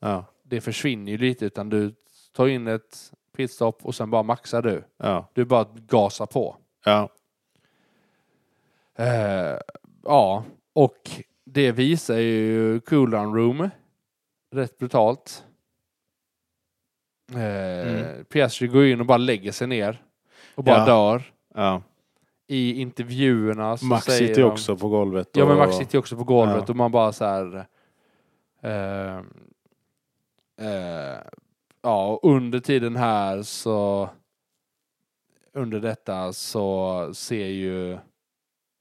Speaker 1: Ja.
Speaker 2: det försvinner ju lite utan du tar in ett pitstop och sen bara maxar du.
Speaker 1: Ja.
Speaker 2: Du bara gasar på.
Speaker 1: Ja.
Speaker 2: Eh, ja, och det visar ju Cooldown Room rätt brutalt. Eh,
Speaker 1: Mm.
Speaker 2: Piastri går in och bara lägger sig ner och bara
Speaker 1: Ja.
Speaker 2: dör.
Speaker 1: ja.
Speaker 2: I intervjuerna så
Speaker 1: Max
Speaker 2: säger
Speaker 1: sitter ju
Speaker 2: de,
Speaker 1: också på golvet.
Speaker 2: Ja, men Max
Speaker 1: och-
Speaker 2: sitter ju också på golvet
Speaker 1: Ja.
Speaker 2: och man bara så här... Eh, eh, ja, och under tiden här så... Under detta så ser ju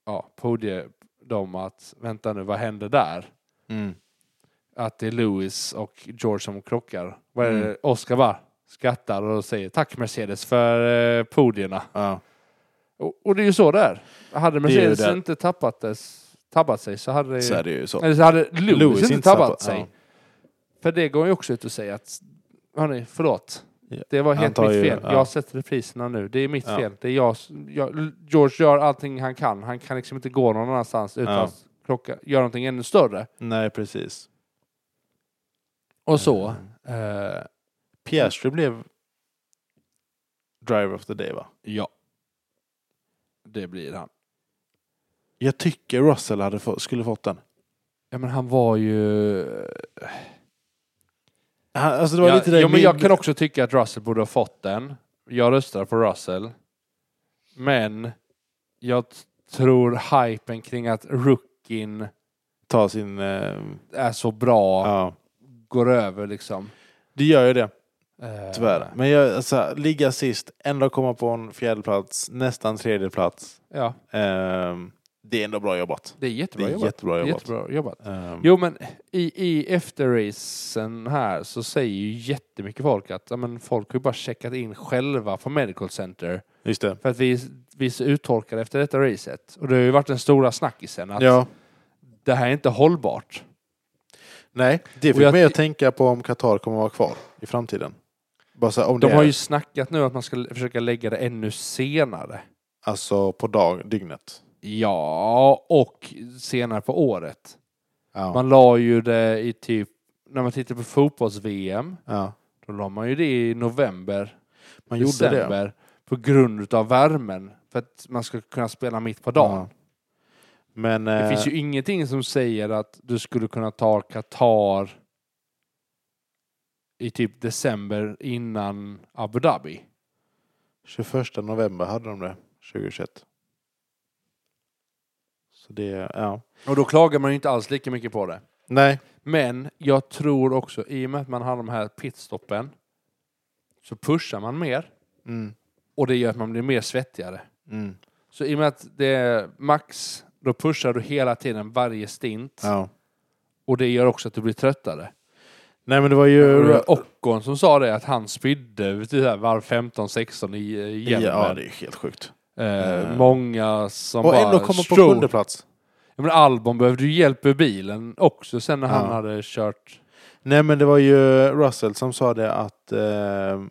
Speaker 2: ja, podie de att vänta nu, vad händer där?
Speaker 1: Mm.
Speaker 2: Att det är Lewis och George som krockar. Vad är
Speaker 1: Mm.
Speaker 2: det? Oscar bara skrattar och säger tack Mercedes för eh, podierna.
Speaker 1: Ja.
Speaker 2: Och, och det är ju så där. Hade
Speaker 1: ju
Speaker 2: Mercedes
Speaker 1: det.
Speaker 2: inte tappat, dess, tappat sig så hade det
Speaker 1: Så är det ju så.
Speaker 2: eller så hade Lewis,
Speaker 1: Lewis
Speaker 2: inte
Speaker 1: inte
Speaker 2: tabbat
Speaker 1: tappat,
Speaker 2: sig.
Speaker 1: ja.
Speaker 2: För det går ju också ut och säger att hörni, förlåt.
Speaker 1: Ja,
Speaker 2: Det var helt
Speaker 1: antar
Speaker 2: mitt
Speaker 1: ju-
Speaker 2: fel.
Speaker 1: ja.
Speaker 2: Jag sätter repriserna nu. Det är mitt
Speaker 1: Ja.
Speaker 2: fel. Det är jag, s- jag, George gör allting han kan. Han kan liksom inte gå någon annanstans utan
Speaker 1: Ja.
Speaker 2: att klocka, göra någonting ännu större.
Speaker 1: Nej, precis.
Speaker 2: Och så.
Speaker 1: Mm.
Speaker 2: Eh,
Speaker 1: Piastri blev driver of the day va?
Speaker 2: ja. Det blir han.
Speaker 1: Jag tycker Russell hade få, skulle fått den.
Speaker 2: Ja men han var ju...
Speaker 1: Han, alltså det var
Speaker 2: ja,
Speaker 1: lite det
Speaker 2: ja, men jag
Speaker 1: min-
Speaker 2: kan också tycka att Russell borde ha fått den. Jag röstar på Russell. Men jag t- tror hypen kring att rookien
Speaker 1: Ta sin... Eh,
Speaker 2: är så bra
Speaker 1: ja.
Speaker 2: går över liksom.
Speaker 1: Det gör ju det,
Speaker 2: Eh,
Speaker 1: tyvärr. Men jag, alltså, ligga sist, ändå komma på en fjärde plats, nästan tredje plats.
Speaker 2: Ja,
Speaker 1: Ehm, det är ändå bra jobbat.
Speaker 2: det är jättebra
Speaker 1: det är
Speaker 2: jobbat.
Speaker 1: jättebra jobbat.
Speaker 2: Jättebra jobbat.
Speaker 1: Ehm,
Speaker 2: Jo men i, i efterracen här så säger ju jättemycket folk att ja, men folk har ju bara checkat in själva på Medical Center
Speaker 1: Just det.
Speaker 2: för att vi, vi är så uttorkade efter detta racet. Och det har ju varit den stora snackisen att
Speaker 1: Ja.
Speaker 2: det här är inte hållbart.
Speaker 1: Nej, det
Speaker 2: Och
Speaker 1: fick
Speaker 2: jag-
Speaker 1: mig att tänka på om Qatar kommer att vara kvar i framtiden. Bara så här, om
Speaker 2: De
Speaker 1: det
Speaker 2: har
Speaker 1: är,
Speaker 2: ju snackat nu att man ska l- försöka lägga det ännu senare.
Speaker 1: Alltså på dag, dygnet.
Speaker 2: Ja, och senare på året.
Speaker 1: Ja.
Speaker 2: Man la ju det i typ, när man tittar på fotbolls-VM,
Speaker 1: ja.
Speaker 2: då la man ju det i november,
Speaker 1: Man gjorde det.
Speaker 2: december, på grund av värmen. För att man ska kunna spela mitt på dagen.
Speaker 1: Ja. Men
Speaker 2: Det
Speaker 1: eh,
Speaker 2: finns ju ingenting som säger att du skulle kunna ta Qatar i typ december innan Abu Dhabi.
Speaker 1: 21 eh, november hade de det, 2021. Så det, ja.
Speaker 2: Och då klagar man ju inte alls lika mycket på det.
Speaker 1: Nej,
Speaker 2: Men jag tror också, i och med att man har de här pitstoppen, så pushar man mer
Speaker 1: mm.
Speaker 2: och det gör att man blir mer svettigare.
Speaker 1: Mm.
Speaker 2: Så i och med att det är max, då pushar du hela tiden varje stint
Speaker 1: Ja.
Speaker 2: och det gör också att du blir tröttare.
Speaker 1: Nej men det var ju...
Speaker 2: Ur Ockon som sa det att han spydde vet du, där, varv 15-16 i i
Speaker 1: ja, det
Speaker 2: Jämmer.
Speaker 1: är helt sjukt.
Speaker 2: Eh,
Speaker 1: eh.
Speaker 2: många som
Speaker 1: Och
Speaker 2: bara...
Speaker 1: ändå kommer på
Speaker 2: stroke.
Speaker 1: sjunde plats.
Speaker 2: Ja, men Albon behövde ju hjälp ur bilen också sen när
Speaker 1: Ja.
Speaker 2: han hade kört.
Speaker 1: Nej men det var ju Russell som sa det att eh,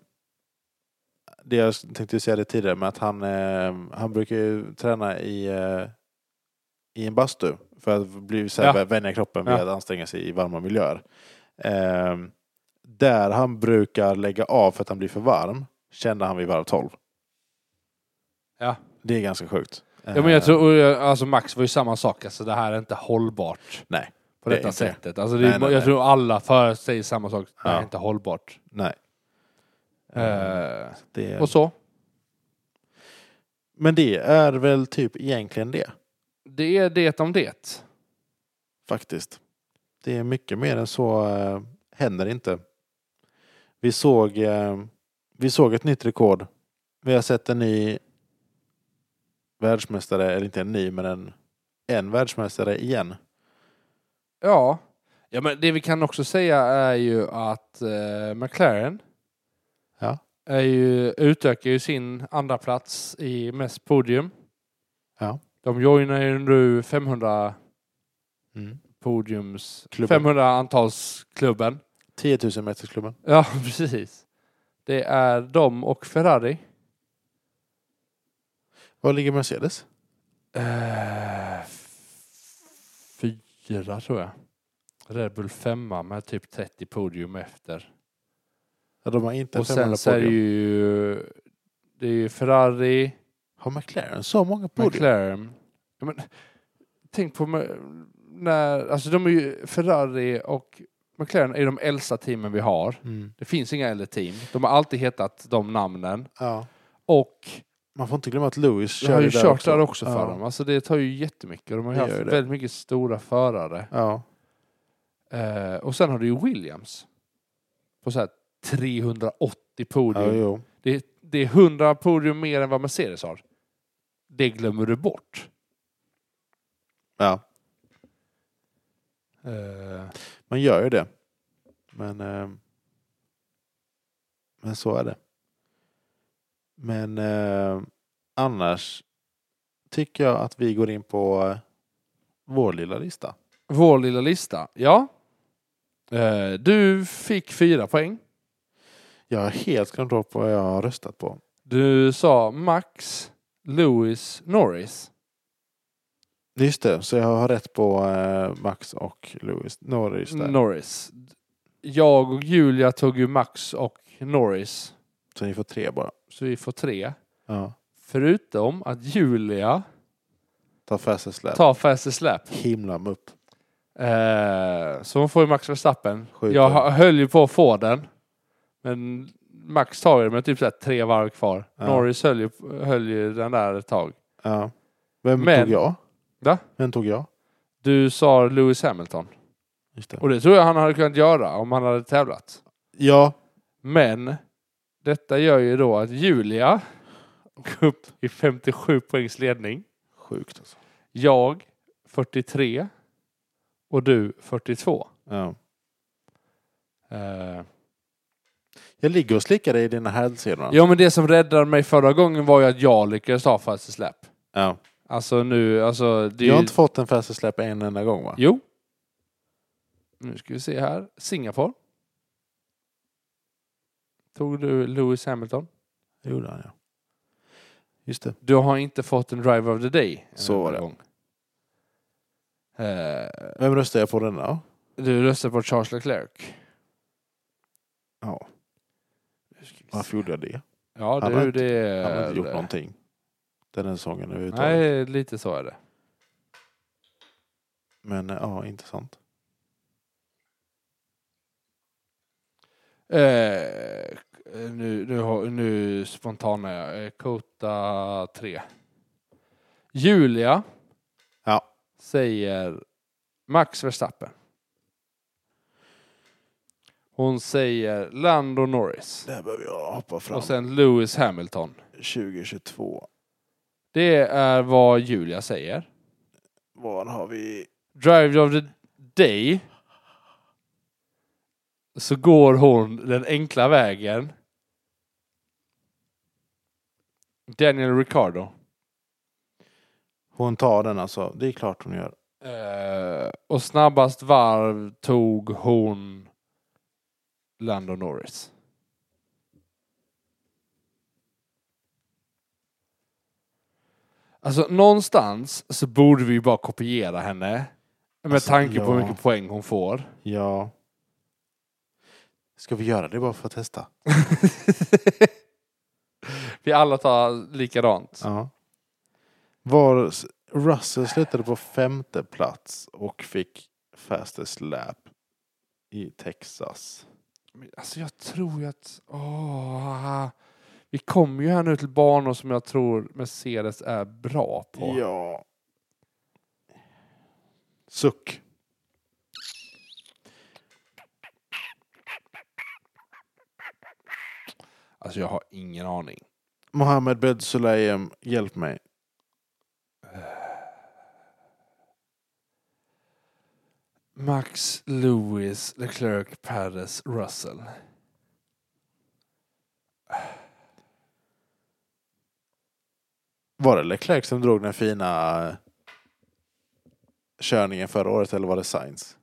Speaker 1: det jag tänkte säga det tidigare men att han, eh, han brukar ju träna i, eh, i en bastu för att bli så här,
Speaker 2: Ja.
Speaker 1: vänja kroppen
Speaker 2: Ja.
Speaker 1: vid att anstränga sig i varma miljöer. Eh, där han brukar lägga av för att han blir för varm kände han vid varv 12.
Speaker 2: Ja.
Speaker 1: Det är ganska sjukt. Eh,
Speaker 2: Ja, men jag tror, och jag- alltså Max var ju samma sak, alltså det här är inte hållbart
Speaker 1: Nej.
Speaker 2: på
Speaker 1: det är
Speaker 2: detta
Speaker 1: inte det.
Speaker 2: sättet. Alltså, det, är-
Speaker 1: Nej, nej,
Speaker 2: jag
Speaker 1: nej.
Speaker 2: tror alla för säger samma sak, det här är
Speaker 1: Ja. Mm.
Speaker 2: inte hållbart.
Speaker 1: Nej.
Speaker 2: Eh,
Speaker 1: Det,
Speaker 2: och så.
Speaker 1: men det är väl typ egentligen det.
Speaker 2: Det är det om det.
Speaker 1: faktiskt. Det är mycket mer än så eh, händer inte. Vi såg, eh, vi såg ett nytt rekord. Vi har sett en ny världsmästare, eller inte en ny, men en, en världsmästare igen.
Speaker 2: Ja. ja, men det vi kan också säga är ju att eh, McLaren
Speaker 1: Ja.
Speaker 2: är ju, utökar ju sin andra plats i mest podium.
Speaker 1: Ja.
Speaker 2: De joinar ju nu 500 Mm. podiums...
Speaker 1: Klubben.
Speaker 2: 500 antalsklubben.
Speaker 1: 10 000 metersklubben.
Speaker 2: Ja, precis. Det är de och Ferrari.
Speaker 1: Var ligger Mercedes?
Speaker 2: Eh, f- fyra tror jag. Red Bull femma med typ 30 podium efter.
Speaker 1: Ja, de har inte
Speaker 2: Och
Speaker 1: 500
Speaker 2: sen så är det
Speaker 1: podium.
Speaker 2: ju, det är ju Ferrari,
Speaker 1: Har McLaren så många podium?
Speaker 2: McLaren. Ja, men, tänk på ma- när, alltså de är ju, Ferrari och McLaren är de äldsta teamen vi har.
Speaker 1: Mm.
Speaker 2: Det finns inga äldre team. De har alltid hetat de namnen.
Speaker 1: Ja.
Speaker 2: Och
Speaker 1: Man får inte glömma att Lewis
Speaker 2: de har
Speaker 1: kör
Speaker 2: ju
Speaker 1: där
Speaker 2: kört
Speaker 1: också.
Speaker 2: där också för
Speaker 1: Ja.
Speaker 2: dem. Alltså det tar ju jättemycket. De har ju
Speaker 1: Det
Speaker 2: haft
Speaker 1: gör det.
Speaker 2: väldigt mycket stora förare.
Speaker 1: Ja.
Speaker 2: Eh, och sen har du ju Williams. På så här 380 podium.
Speaker 1: Ja, jo.
Speaker 2: Det, det är 100 podium mer än vad Mercedes har. Det glömmer du bort.
Speaker 1: ja,
Speaker 2: Eh,
Speaker 1: man gör ju det. Men, eh, men så är det. Men eh, annars tycker jag att vi går in på eh, vår lilla lista.
Speaker 2: vår lilla lista, ja. Eh, du fick fyra poäng.
Speaker 1: Jag har helt glömt bort vad jag har röstat på.
Speaker 2: Du sa Max, Lewis, Norris.
Speaker 1: Just det, så jag har rätt på eh, Max och Lewis. Norris där.
Speaker 2: Norris. Jag och Julia tog ju Max och Norris,
Speaker 1: Så ni får tre bara.
Speaker 2: så vi får tre.
Speaker 1: Ja.
Speaker 2: Förutom att Julia
Speaker 1: Ta fastest lap.
Speaker 2: tar Fastest Lap.
Speaker 1: Himla mupp.
Speaker 2: Eh, så hon får ju Max Verstappen.
Speaker 1: Sjukt.
Speaker 2: Jag hö- höll ju på att få den. Men Max tar ju den med typ så här tre varv kvar.
Speaker 1: Ja.
Speaker 2: Norris höll ju, höll ju den där ett tag.
Speaker 1: Ja. Vem
Speaker 2: Men-
Speaker 1: tog jag?
Speaker 2: Va?
Speaker 1: Vem tog jag?
Speaker 2: Du sa Lewis Hamilton.
Speaker 1: Just det.
Speaker 2: Och det tror jag han hade kunnat göra om han hade tävlat.
Speaker 1: Ja,
Speaker 2: Men detta gör ju då att Julia går upp i 57 poängs ledning.
Speaker 1: sjukt alltså.
Speaker 2: Jag 43 och du 42.
Speaker 1: Ja.
Speaker 2: Eh,
Speaker 1: Jag ligger och slickar dig i dina hälsenor.
Speaker 2: Ja, men det som räddade mig förra gången var ju att jag lyckades ta fast släpp.
Speaker 1: Ja.
Speaker 2: Alltså nu, alltså... Det är
Speaker 1: Jag har
Speaker 2: ju-
Speaker 1: inte fått en fastest lap en enda gång va?
Speaker 2: Jo. Nu ska vi se här. Singapore. Tog du Lewis Hamilton?
Speaker 1: Det gjorde han ja. Just det.
Speaker 2: Du har inte fått en driver of the day. en
Speaker 1: Så var
Speaker 2: enda
Speaker 1: det.
Speaker 2: gång. Eh,
Speaker 1: Vem röstar jag på den då?
Speaker 2: du röstade på Charles Leclerc.
Speaker 1: Ja.
Speaker 2: Nu ska vi se.
Speaker 1: Varför gjorde jag det?
Speaker 2: Ja,
Speaker 1: Han
Speaker 2: du,
Speaker 1: har
Speaker 2: det... är-
Speaker 1: Han har inte gjort någonting. Den här säsongen överhuvudtaget.
Speaker 2: Nej, lite så är det.
Speaker 1: Men eh, ja, intressant.
Speaker 2: Eh, nu, nu, har- nu spontan är jag. Eh, Kota 3. Julia
Speaker 1: Ja.
Speaker 2: säger Max Verstappen. Hon säger Lando Norris.
Speaker 1: Där behöver jag hoppa fram.
Speaker 2: Och sen Lewis Hamilton.
Speaker 1: 2022.
Speaker 2: Det är vad Julia säger.
Speaker 1: Vad har vi?
Speaker 2: Drive of the Day så går hon den enkla vägen. Daniel Ricardo.
Speaker 1: Hon tar den alltså. Det är klart hon gör.
Speaker 2: Eh, och snabbast varv tog hon Lando Norris. Alltså någonstans så borde vi ju bara kopiera henne. Med
Speaker 1: Alltså,
Speaker 2: tanke på hur
Speaker 1: ja.
Speaker 2: mycket poäng hon får.
Speaker 1: Ja. Ska vi göra det bara för att testa?
Speaker 2: vi alla tar likadant.
Speaker 1: Ja. Var, Russell slutade på femte plats och fick fastest lap i Texas.
Speaker 2: Men Alltså jag tror ju att... Åh, vi kommer ju här nu till banor som jag tror Mercedes är bra på.
Speaker 1: Ja. Suck.
Speaker 2: Alltså jag har ingen aning.
Speaker 1: Mohammed Bedsulaim, hjälp mig.
Speaker 2: Max, Lewis, Leclerc, Perez, Russell.
Speaker 1: Var det Leclerc som drog den fina eh, körningen förra året eller var det Sainz?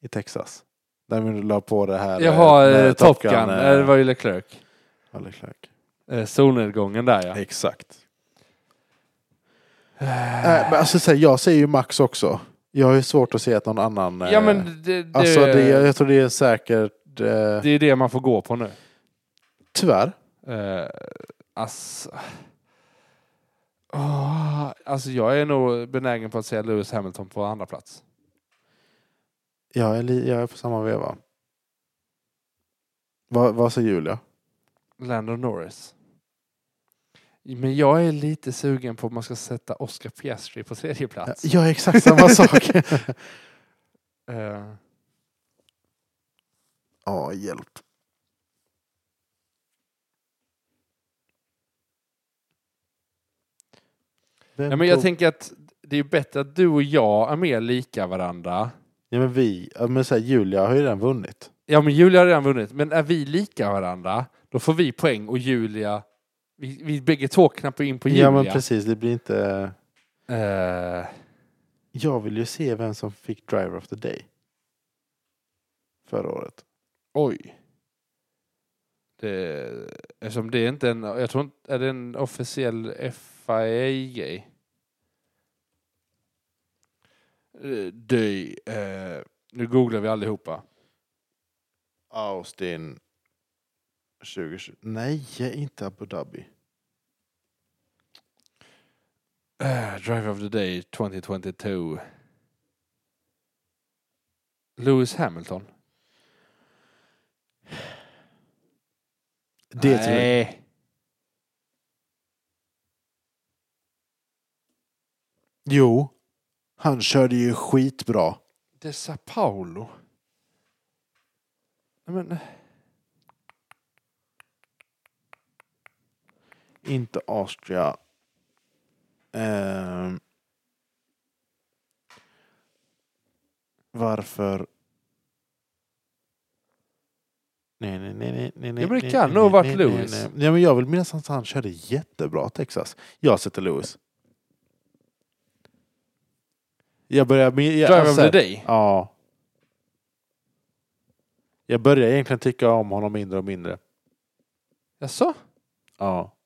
Speaker 1: I Texas. Där vi la på det här. eh,
Speaker 2: Jag har
Speaker 1: när
Speaker 2: eh, Top Gun.
Speaker 1: eh,
Speaker 2: Eh, Det var ju Leclerc.
Speaker 1: var Leclerc.
Speaker 2: Eh, solnedgången där ja.
Speaker 1: Exakt.
Speaker 2: Eh,
Speaker 1: Nej,
Speaker 2: Äh,
Speaker 1: men alltså, så här, jag säger ju Max också. Jag har ju svårt att se att någon annan...
Speaker 2: ja
Speaker 1: eh,
Speaker 2: men det, äh. det,
Speaker 1: alltså, det,
Speaker 2: det,
Speaker 1: jag tror det är säkert... Eh,
Speaker 2: är det man får gå på nu.
Speaker 1: tyvärr.
Speaker 2: Eh, alltså. Åh, alltså jag är nog benägen på att säga Lewis Hamilton på andra plats.
Speaker 1: Jag är, li, jag är på samma veva. Vad, vad säger Julia?
Speaker 2: Lando Norris. Men jag är lite sugen på om man ska sätta Oscar Piastri på tredje plats.
Speaker 1: Jag är exakt samma sak.
Speaker 2: Eh,
Speaker 1: Ja, hjälp.
Speaker 2: Ja, men jag tänker att det är bättre att du och jag är mer lika varandra.
Speaker 1: ja, men vi, ja, men så här, Julia har ju redan vunnit.
Speaker 2: Ja, men Julia har redan vunnit. Men är vi lika varandra, då får vi poäng och Julia... Vi, vi bägge två knappar in på Julia.
Speaker 1: Ja men precis, det blir inte...
Speaker 2: Eh,
Speaker 1: Jag vill ju se vem som fick Driver of the Day. Förra året.
Speaker 2: oj. Det, eftersom det är inte en... Jag tror inte... Är det en officiell FIA-grej? Eh, Det, eh, nu googlar vi allihopa.
Speaker 1: Austin 2020. Nej, inte Abu Dhabi.
Speaker 2: Uh, Drive of the Day 2022. Lewis Hamilton.
Speaker 1: Det tror jag.
Speaker 2: Nej.
Speaker 1: Jo. Han körde ju skitbra.
Speaker 2: Det är Sao Paulo. Nej, Men,
Speaker 1: Inte Austria. Ehm. Varför? Nej, nej, nej, nej, nej, nej,
Speaker 2: men det
Speaker 1: nej,
Speaker 2: kan
Speaker 1: nej,
Speaker 2: nog
Speaker 1: nej,
Speaker 2: varit
Speaker 1: nej, nej,
Speaker 2: Lewis.
Speaker 1: nej. Ja, men jag vill minnas att han körde jättebra Texas. Jag sätter Lewis. Jag börjar... Med, jag,
Speaker 2: Drive of
Speaker 1: alltså-
Speaker 2: the Day.
Speaker 1: Ja. Jag börjar egentligen tycka om honom mindre och mindre.
Speaker 2: Jaså?
Speaker 1: Ja.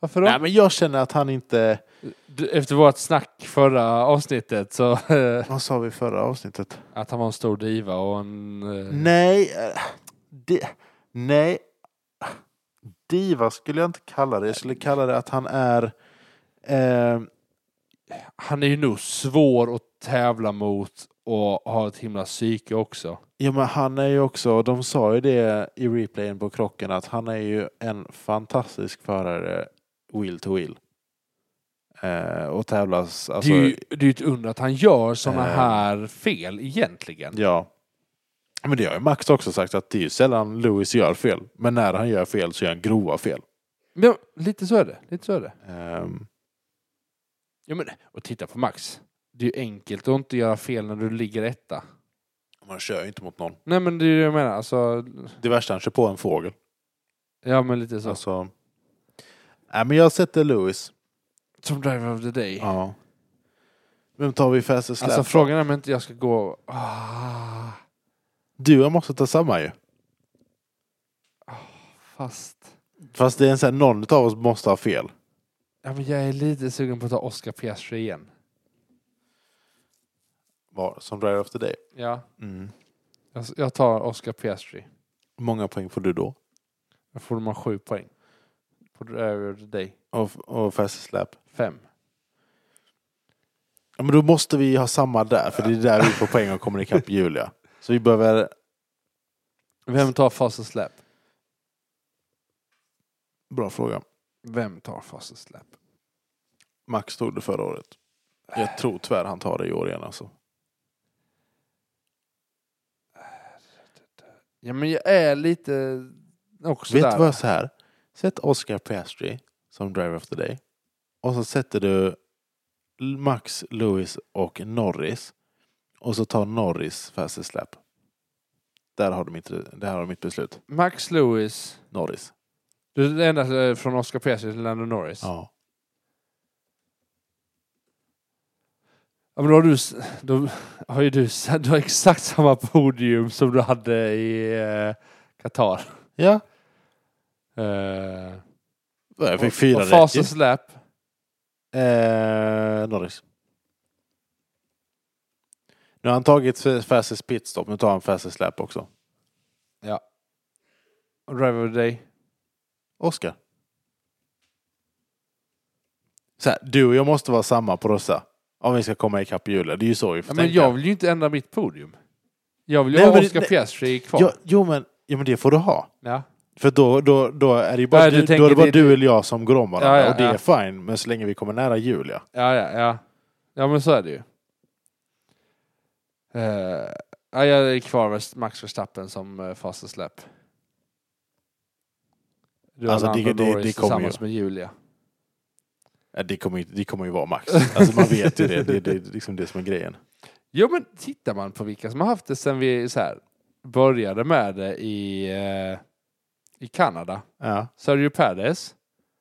Speaker 2: Varför då?
Speaker 1: Nej, men jag känner att han inte...
Speaker 2: Du, Efter vårt snack förra avsnittet så... eh,
Speaker 1: Vad sa vi i förra avsnittet?
Speaker 2: att han var en stor diva och en... eh,
Speaker 1: Nej, eh, det, nej. Diva skulle jag inte kalla det. Jag skulle kalla det att han är... Eh,
Speaker 2: Han är ju nog svår att tävla mot och har ett himla psyke också.
Speaker 1: ja, men han är ju också, de sa ju det i replayen på krocken, att han är ju en fantastisk förare wheel to wheel. Eh, och tävlas... Alltså,
Speaker 2: det är ju det är ju ett under att han gör sådana
Speaker 1: Eh.
Speaker 2: här fel egentligen.
Speaker 1: Ja. Men det har ju Max också sagt att det är ju sällan Lewis gör fel. Men när han gör fel så gör han grova fel.
Speaker 2: Men lite så är det. Lite så är det.
Speaker 1: Ehm,
Speaker 2: Ja, men, och titta på Max. Det är ju enkelt att inte göra fel när du ligger etta.
Speaker 1: Man kör ju inte mot någon.
Speaker 2: Nej men det är det jag menar. Alltså,
Speaker 1: Det värsta är att han kör på en fågel.
Speaker 2: ja men lite så.
Speaker 1: Alltså. Nej, men jag sätter Lewis.
Speaker 2: Som driver of the day.
Speaker 1: Ja. Vem tar vi för SS
Speaker 2: alltså frågan är om inte jag ska gå... Ah,
Speaker 1: Du och jag måste ta samma ju.
Speaker 2: fast...
Speaker 1: Fast det är en sån här, någon av oss måste ha fel.
Speaker 2: Ja, men jag är lite sugen på att ta Oscar Piastri igen.
Speaker 1: Var, som driver efter dig.
Speaker 2: Ja.
Speaker 1: Mm.
Speaker 2: Jag, jag tar Oscar Piastri.
Speaker 1: Hur många poäng får du då?
Speaker 2: Då får de ha sju poäng. På driver of the day.
Speaker 1: Och, och för SS släp?
Speaker 2: Fem.
Speaker 1: Ja, men då måste vi ha samma där, för det är där vi får poäng och kommer ikapp Julia. Så vi behöver...
Speaker 2: Vem tar fastest lap?
Speaker 1: Bra fråga.
Speaker 2: Vem tar fastest lap?
Speaker 1: Max tog det förra året. Jag tror tyvärr han tar det i år igen alltså.
Speaker 2: Ja, men jag är lite också
Speaker 1: Vet
Speaker 2: där.
Speaker 1: du vad jag så här? Sätt Oscar Piastri som driver of the day. Och så sätter du Max, Lewis och Norris. Och så tar Norris fastest lap. Där har du mitt, där har du mitt beslut.
Speaker 2: Max Lewis.
Speaker 1: Norris.
Speaker 2: Du det enda eh, från Oscar Piastri till Lando Norris. Ja.
Speaker 1: Ja.
Speaker 2: men då har du... s- Då har ju du, s- du har exakt samma podium som du hade i eh, Qatar.
Speaker 1: Ja.
Speaker 2: Eh,
Speaker 1: Jag fick
Speaker 2: och-
Speaker 1: fyra
Speaker 2: och
Speaker 1: rätt ju.
Speaker 2: fastest lap.
Speaker 1: eh, Norris. Nu har han tagit fastest pitstop. Nu tar han fastest lap också.
Speaker 2: Och driver of the day.
Speaker 1: Oskar. Så här, du och jag måste vara samma på Rossa. Om vi ska komma ikapp Julia. Det är ju så vi
Speaker 2: Ja,
Speaker 1: får
Speaker 2: men
Speaker 1: tänka.
Speaker 2: jag vill ju inte ändra mitt podium. Jag vill ju
Speaker 1: Nej,
Speaker 2: ha
Speaker 1: men-
Speaker 2: Oscar
Speaker 1: nej.
Speaker 2: Piastri kvar.
Speaker 1: Ja, jo, men, ja, men det får du ha.
Speaker 2: ja.
Speaker 1: För då, då, då är det ju bara,
Speaker 2: Nej, du
Speaker 1: du, då
Speaker 2: tänker
Speaker 1: är det bara
Speaker 2: det-
Speaker 1: du eller jag som går om varandra.
Speaker 2: Ja, ja,
Speaker 1: och det
Speaker 2: ja.
Speaker 1: är fine. Men så länge vi kommer nära Julia.
Speaker 2: Ja, ja, ja. Ja, men så är det ju. Eh, ja, jag är kvar med Max Verstappen som uh, fastest lap. Du
Speaker 1: Alltså,
Speaker 2: alltså,
Speaker 1: det-
Speaker 2: det,
Speaker 1: det-
Speaker 2: Norris
Speaker 1: det kommer
Speaker 2: tillsammans med Julia.
Speaker 1: Ja, det, kommer, ju- det kommer ju vara max. Alltså man vet ju det. Det, det är liksom det som är grejen.
Speaker 2: Jo, men tittar man på vilka som har haft det sen vi så här, började med det i, eh, i Kanada.
Speaker 1: Ja,
Speaker 2: Sergio Perez,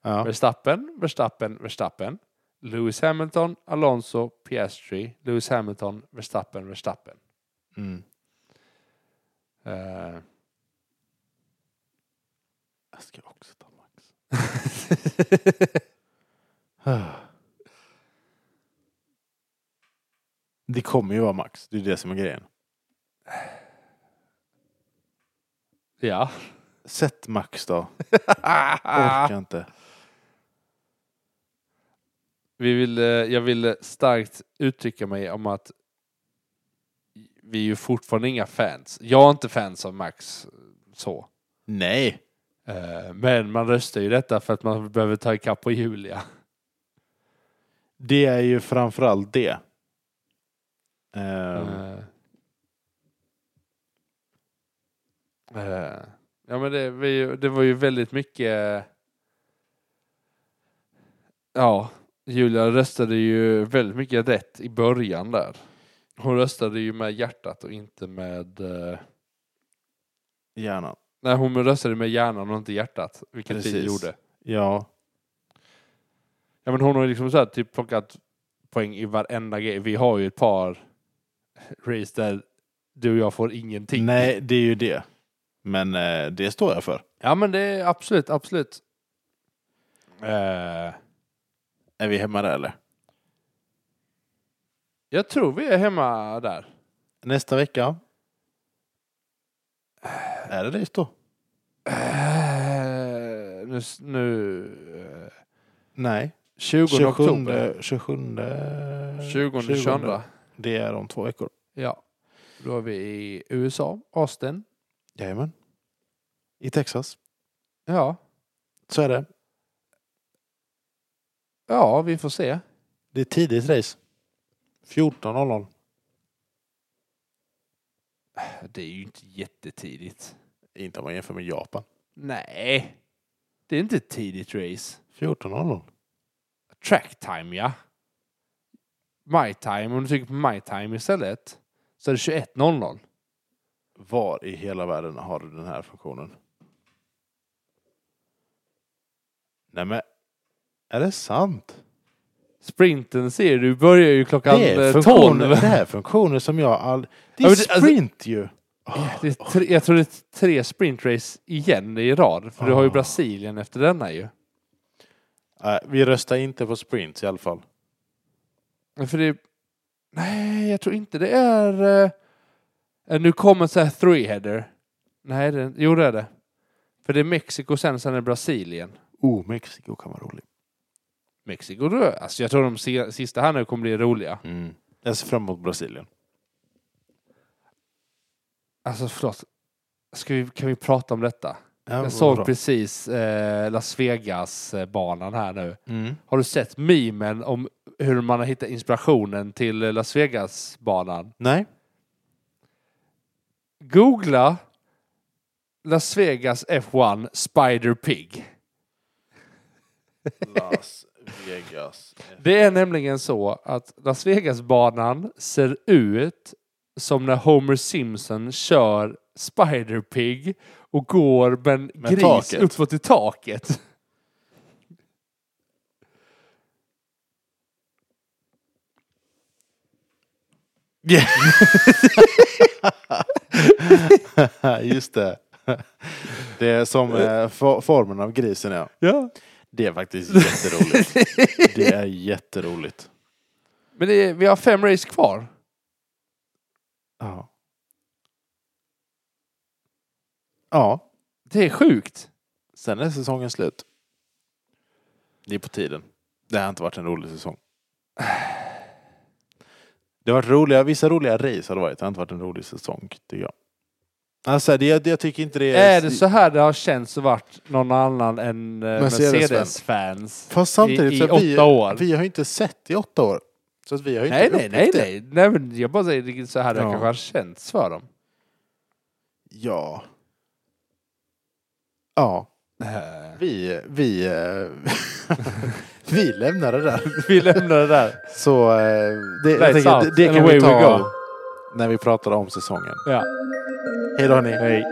Speaker 1: ja.
Speaker 2: Verstappen, Verstappen, Verstappen. Lewis Hamilton, Alonso, Piastri, Lewis Hamilton, Verstappen, Verstappen.
Speaker 1: Mm.
Speaker 2: Eh,
Speaker 1: Jag ska också ta max. Det kommer ju vara max. Det är det som är grejen.
Speaker 2: ja.
Speaker 1: Sätt max då.
Speaker 2: Ah.
Speaker 1: Orkar inte.
Speaker 2: Vi vill, eh, jag vill starkt uttrycka mig om att vi är ju fortfarande inga fans. Jag är inte fans av Max eh, så.
Speaker 1: Nej.
Speaker 2: Eh, Men man röstar ju detta för att man behöver ta ikapp på Julia.
Speaker 1: Det är ju framförallt det. Ehm,
Speaker 2: Eh, eh, Ja men det, vi, det var ju väldigt mycket... eh, Ja, Julia röstade ju väldigt mycket rätt i början där. Hon röstade ju med hjärtat och inte med... eh,
Speaker 1: Gärna.
Speaker 2: Nej, hon röstade med hjärnan och inte hjärtat, vilket vi
Speaker 1: Precis.
Speaker 2: gjorde.
Speaker 1: Ja.
Speaker 2: Ja, men hon har ju liksom så här, typ plockat poäng i varenda grej. Vi har ju ett par race där du och jag får ingenting.
Speaker 1: Nej, det är ju det. Men eh, det står jag för.
Speaker 2: Ja, men det är absolut, absolut. Eh,
Speaker 1: Är vi hemma där eller?
Speaker 2: jag tror vi är hemma där.
Speaker 1: Nästa vecka? Är det det då?
Speaker 2: Eh, nu s- nu eh,
Speaker 1: Nej.
Speaker 2: 20 oktober.
Speaker 1: 27... 27...
Speaker 2: 20, 22.
Speaker 1: Det är om två veckor.
Speaker 2: Ja. Då är vi i USA, Austin.
Speaker 1: Jajamän. I Texas.
Speaker 2: Ja,
Speaker 1: Så är det.
Speaker 2: ja vi får se.
Speaker 1: Det är tidigt race. 14.00.
Speaker 2: Det är ju inte jättetidigt.
Speaker 1: Inte om man jämför med Japan.
Speaker 2: Nej, det är inte ett tidigt race.
Speaker 1: 14.00.
Speaker 2: Track time, ja. My time, om du trycker på my time istället så är det 21.00.
Speaker 1: Var i hela världen har du den här funktionen? Nej men, är det sant?
Speaker 2: Sprinten ser du börjar ju klockan
Speaker 1: det, är
Speaker 2: eh,
Speaker 1: funktioner,
Speaker 2: 12.
Speaker 1: det här är funktioner som jag aldrig... Det
Speaker 2: Ja,
Speaker 1: är
Speaker 2: men det- alltså-
Speaker 1: sprint ju! Ah,
Speaker 2: Det är tre, jag tror det är tre sprintrace igen i rad. För du har ju
Speaker 1: Ah.
Speaker 2: Brasilien efter denna ju.
Speaker 1: nej, vi röstar inte på sprint i alla fall.
Speaker 2: Men För det Nej, jag tror inte det är... eh, eh, nu kommer så här three-header. Nej, det, jo det är det. För det är Mexiko sen, sen är det Brasilien.
Speaker 1: Oh, Mexiko kan vara roligt.
Speaker 2: Mexiko då? Alltså jag tror de se- sista här nu kommer bli roliga.
Speaker 1: Mm. Jag ser fram emot Brasilien.
Speaker 2: Alltså förlåt. Ska vi, kan vi prata om detta?
Speaker 1: Ja,
Speaker 2: Jag
Speaker 1: vad
Speaker 2: såg
Speaker 1: bra.
Speaker 2: precis eh, Las Vegas-banan här nu.
Speaker 1: Mm.
Speaker 2: Har du sett memen om hur man har hittat inspirationen till eh, Las Vegas-banan?
Speaker 1: Nej.
Speaker 2: Googla Las Vegas F1 Spider Pig.
Speaker 1: Las Vegas.
Speaker 2: Det är nämligen så att Las Vegas-banan ser ut som när Homer Simpson kör Spider Pig och går med en
Speaker 1: Med
Speaker 2: gris
Speaker 1: taket.
Speaker 2: uppåt i taket.
Speaker 1: Just det. Det är som eh, for- formen av grisen ja.
Speaker 2: Ja.
Speaker 1: Det är faktiskt jätteroligt. Det är jätteroligt.
Speaker 2: Men det är, vi har fem race kvar.
Speaker 1: Ja. Ja,
Speaker 2: Det är sjukt.
Speaker 1: sen är säsongen slut. Det är på tiden. Det har inte varit en rolig säsong. Det har varit roliga, vissa roliga race har det varit. Det har inte varit en rolig säsong, tycker jag. Alltså, det, jag, jag tycker inte det
Speaker 2: Är Eh, det så här det har känts och varit någon annan än eh,
Speaker 1: Mercedes-fans.
Speaker 2: Mercedes-fans
Speaker 1: Fast samtidigt
Speaker 2: i, i
Speaker 1: så
Speaker 2: åtta
Speaker 1: vi,
Speaker 2: år?
Speaker 1: vi har ju inte sett i åtta år. Så att vi har ju
Speaker 2: nej,
Speaker 1: inte
Speaker 2: nej, nej,
Speaker 1: upptäckt det.
Speaker 2: nej, nej. men Jag bara säger det är så här det
Speaker 1: Ja.
Speaker 2: kanske har känts för dem.
Speaker 1: Ja. Ja, vi, vi, eh, vi lämnar det där.
Speaker 2: vi lämnar det där.
Speaker 1: Så eh, det, jag
Speaker 2: Lights
Speaker 1: tänker, att det,
Speaker 2: out
Speaker 1: det
Speaker 2: and
Speaker 1: kan
Speaker 2: away
Speaker 1: vi
Speaker 2: we
Speaker 1: ta
Speaker 2: go.
Speaker 1: när vi pratar om säsongen.
Speaker 2: Ja.
Speaker 1: Hej då hörni.
Speaker 2: Hej.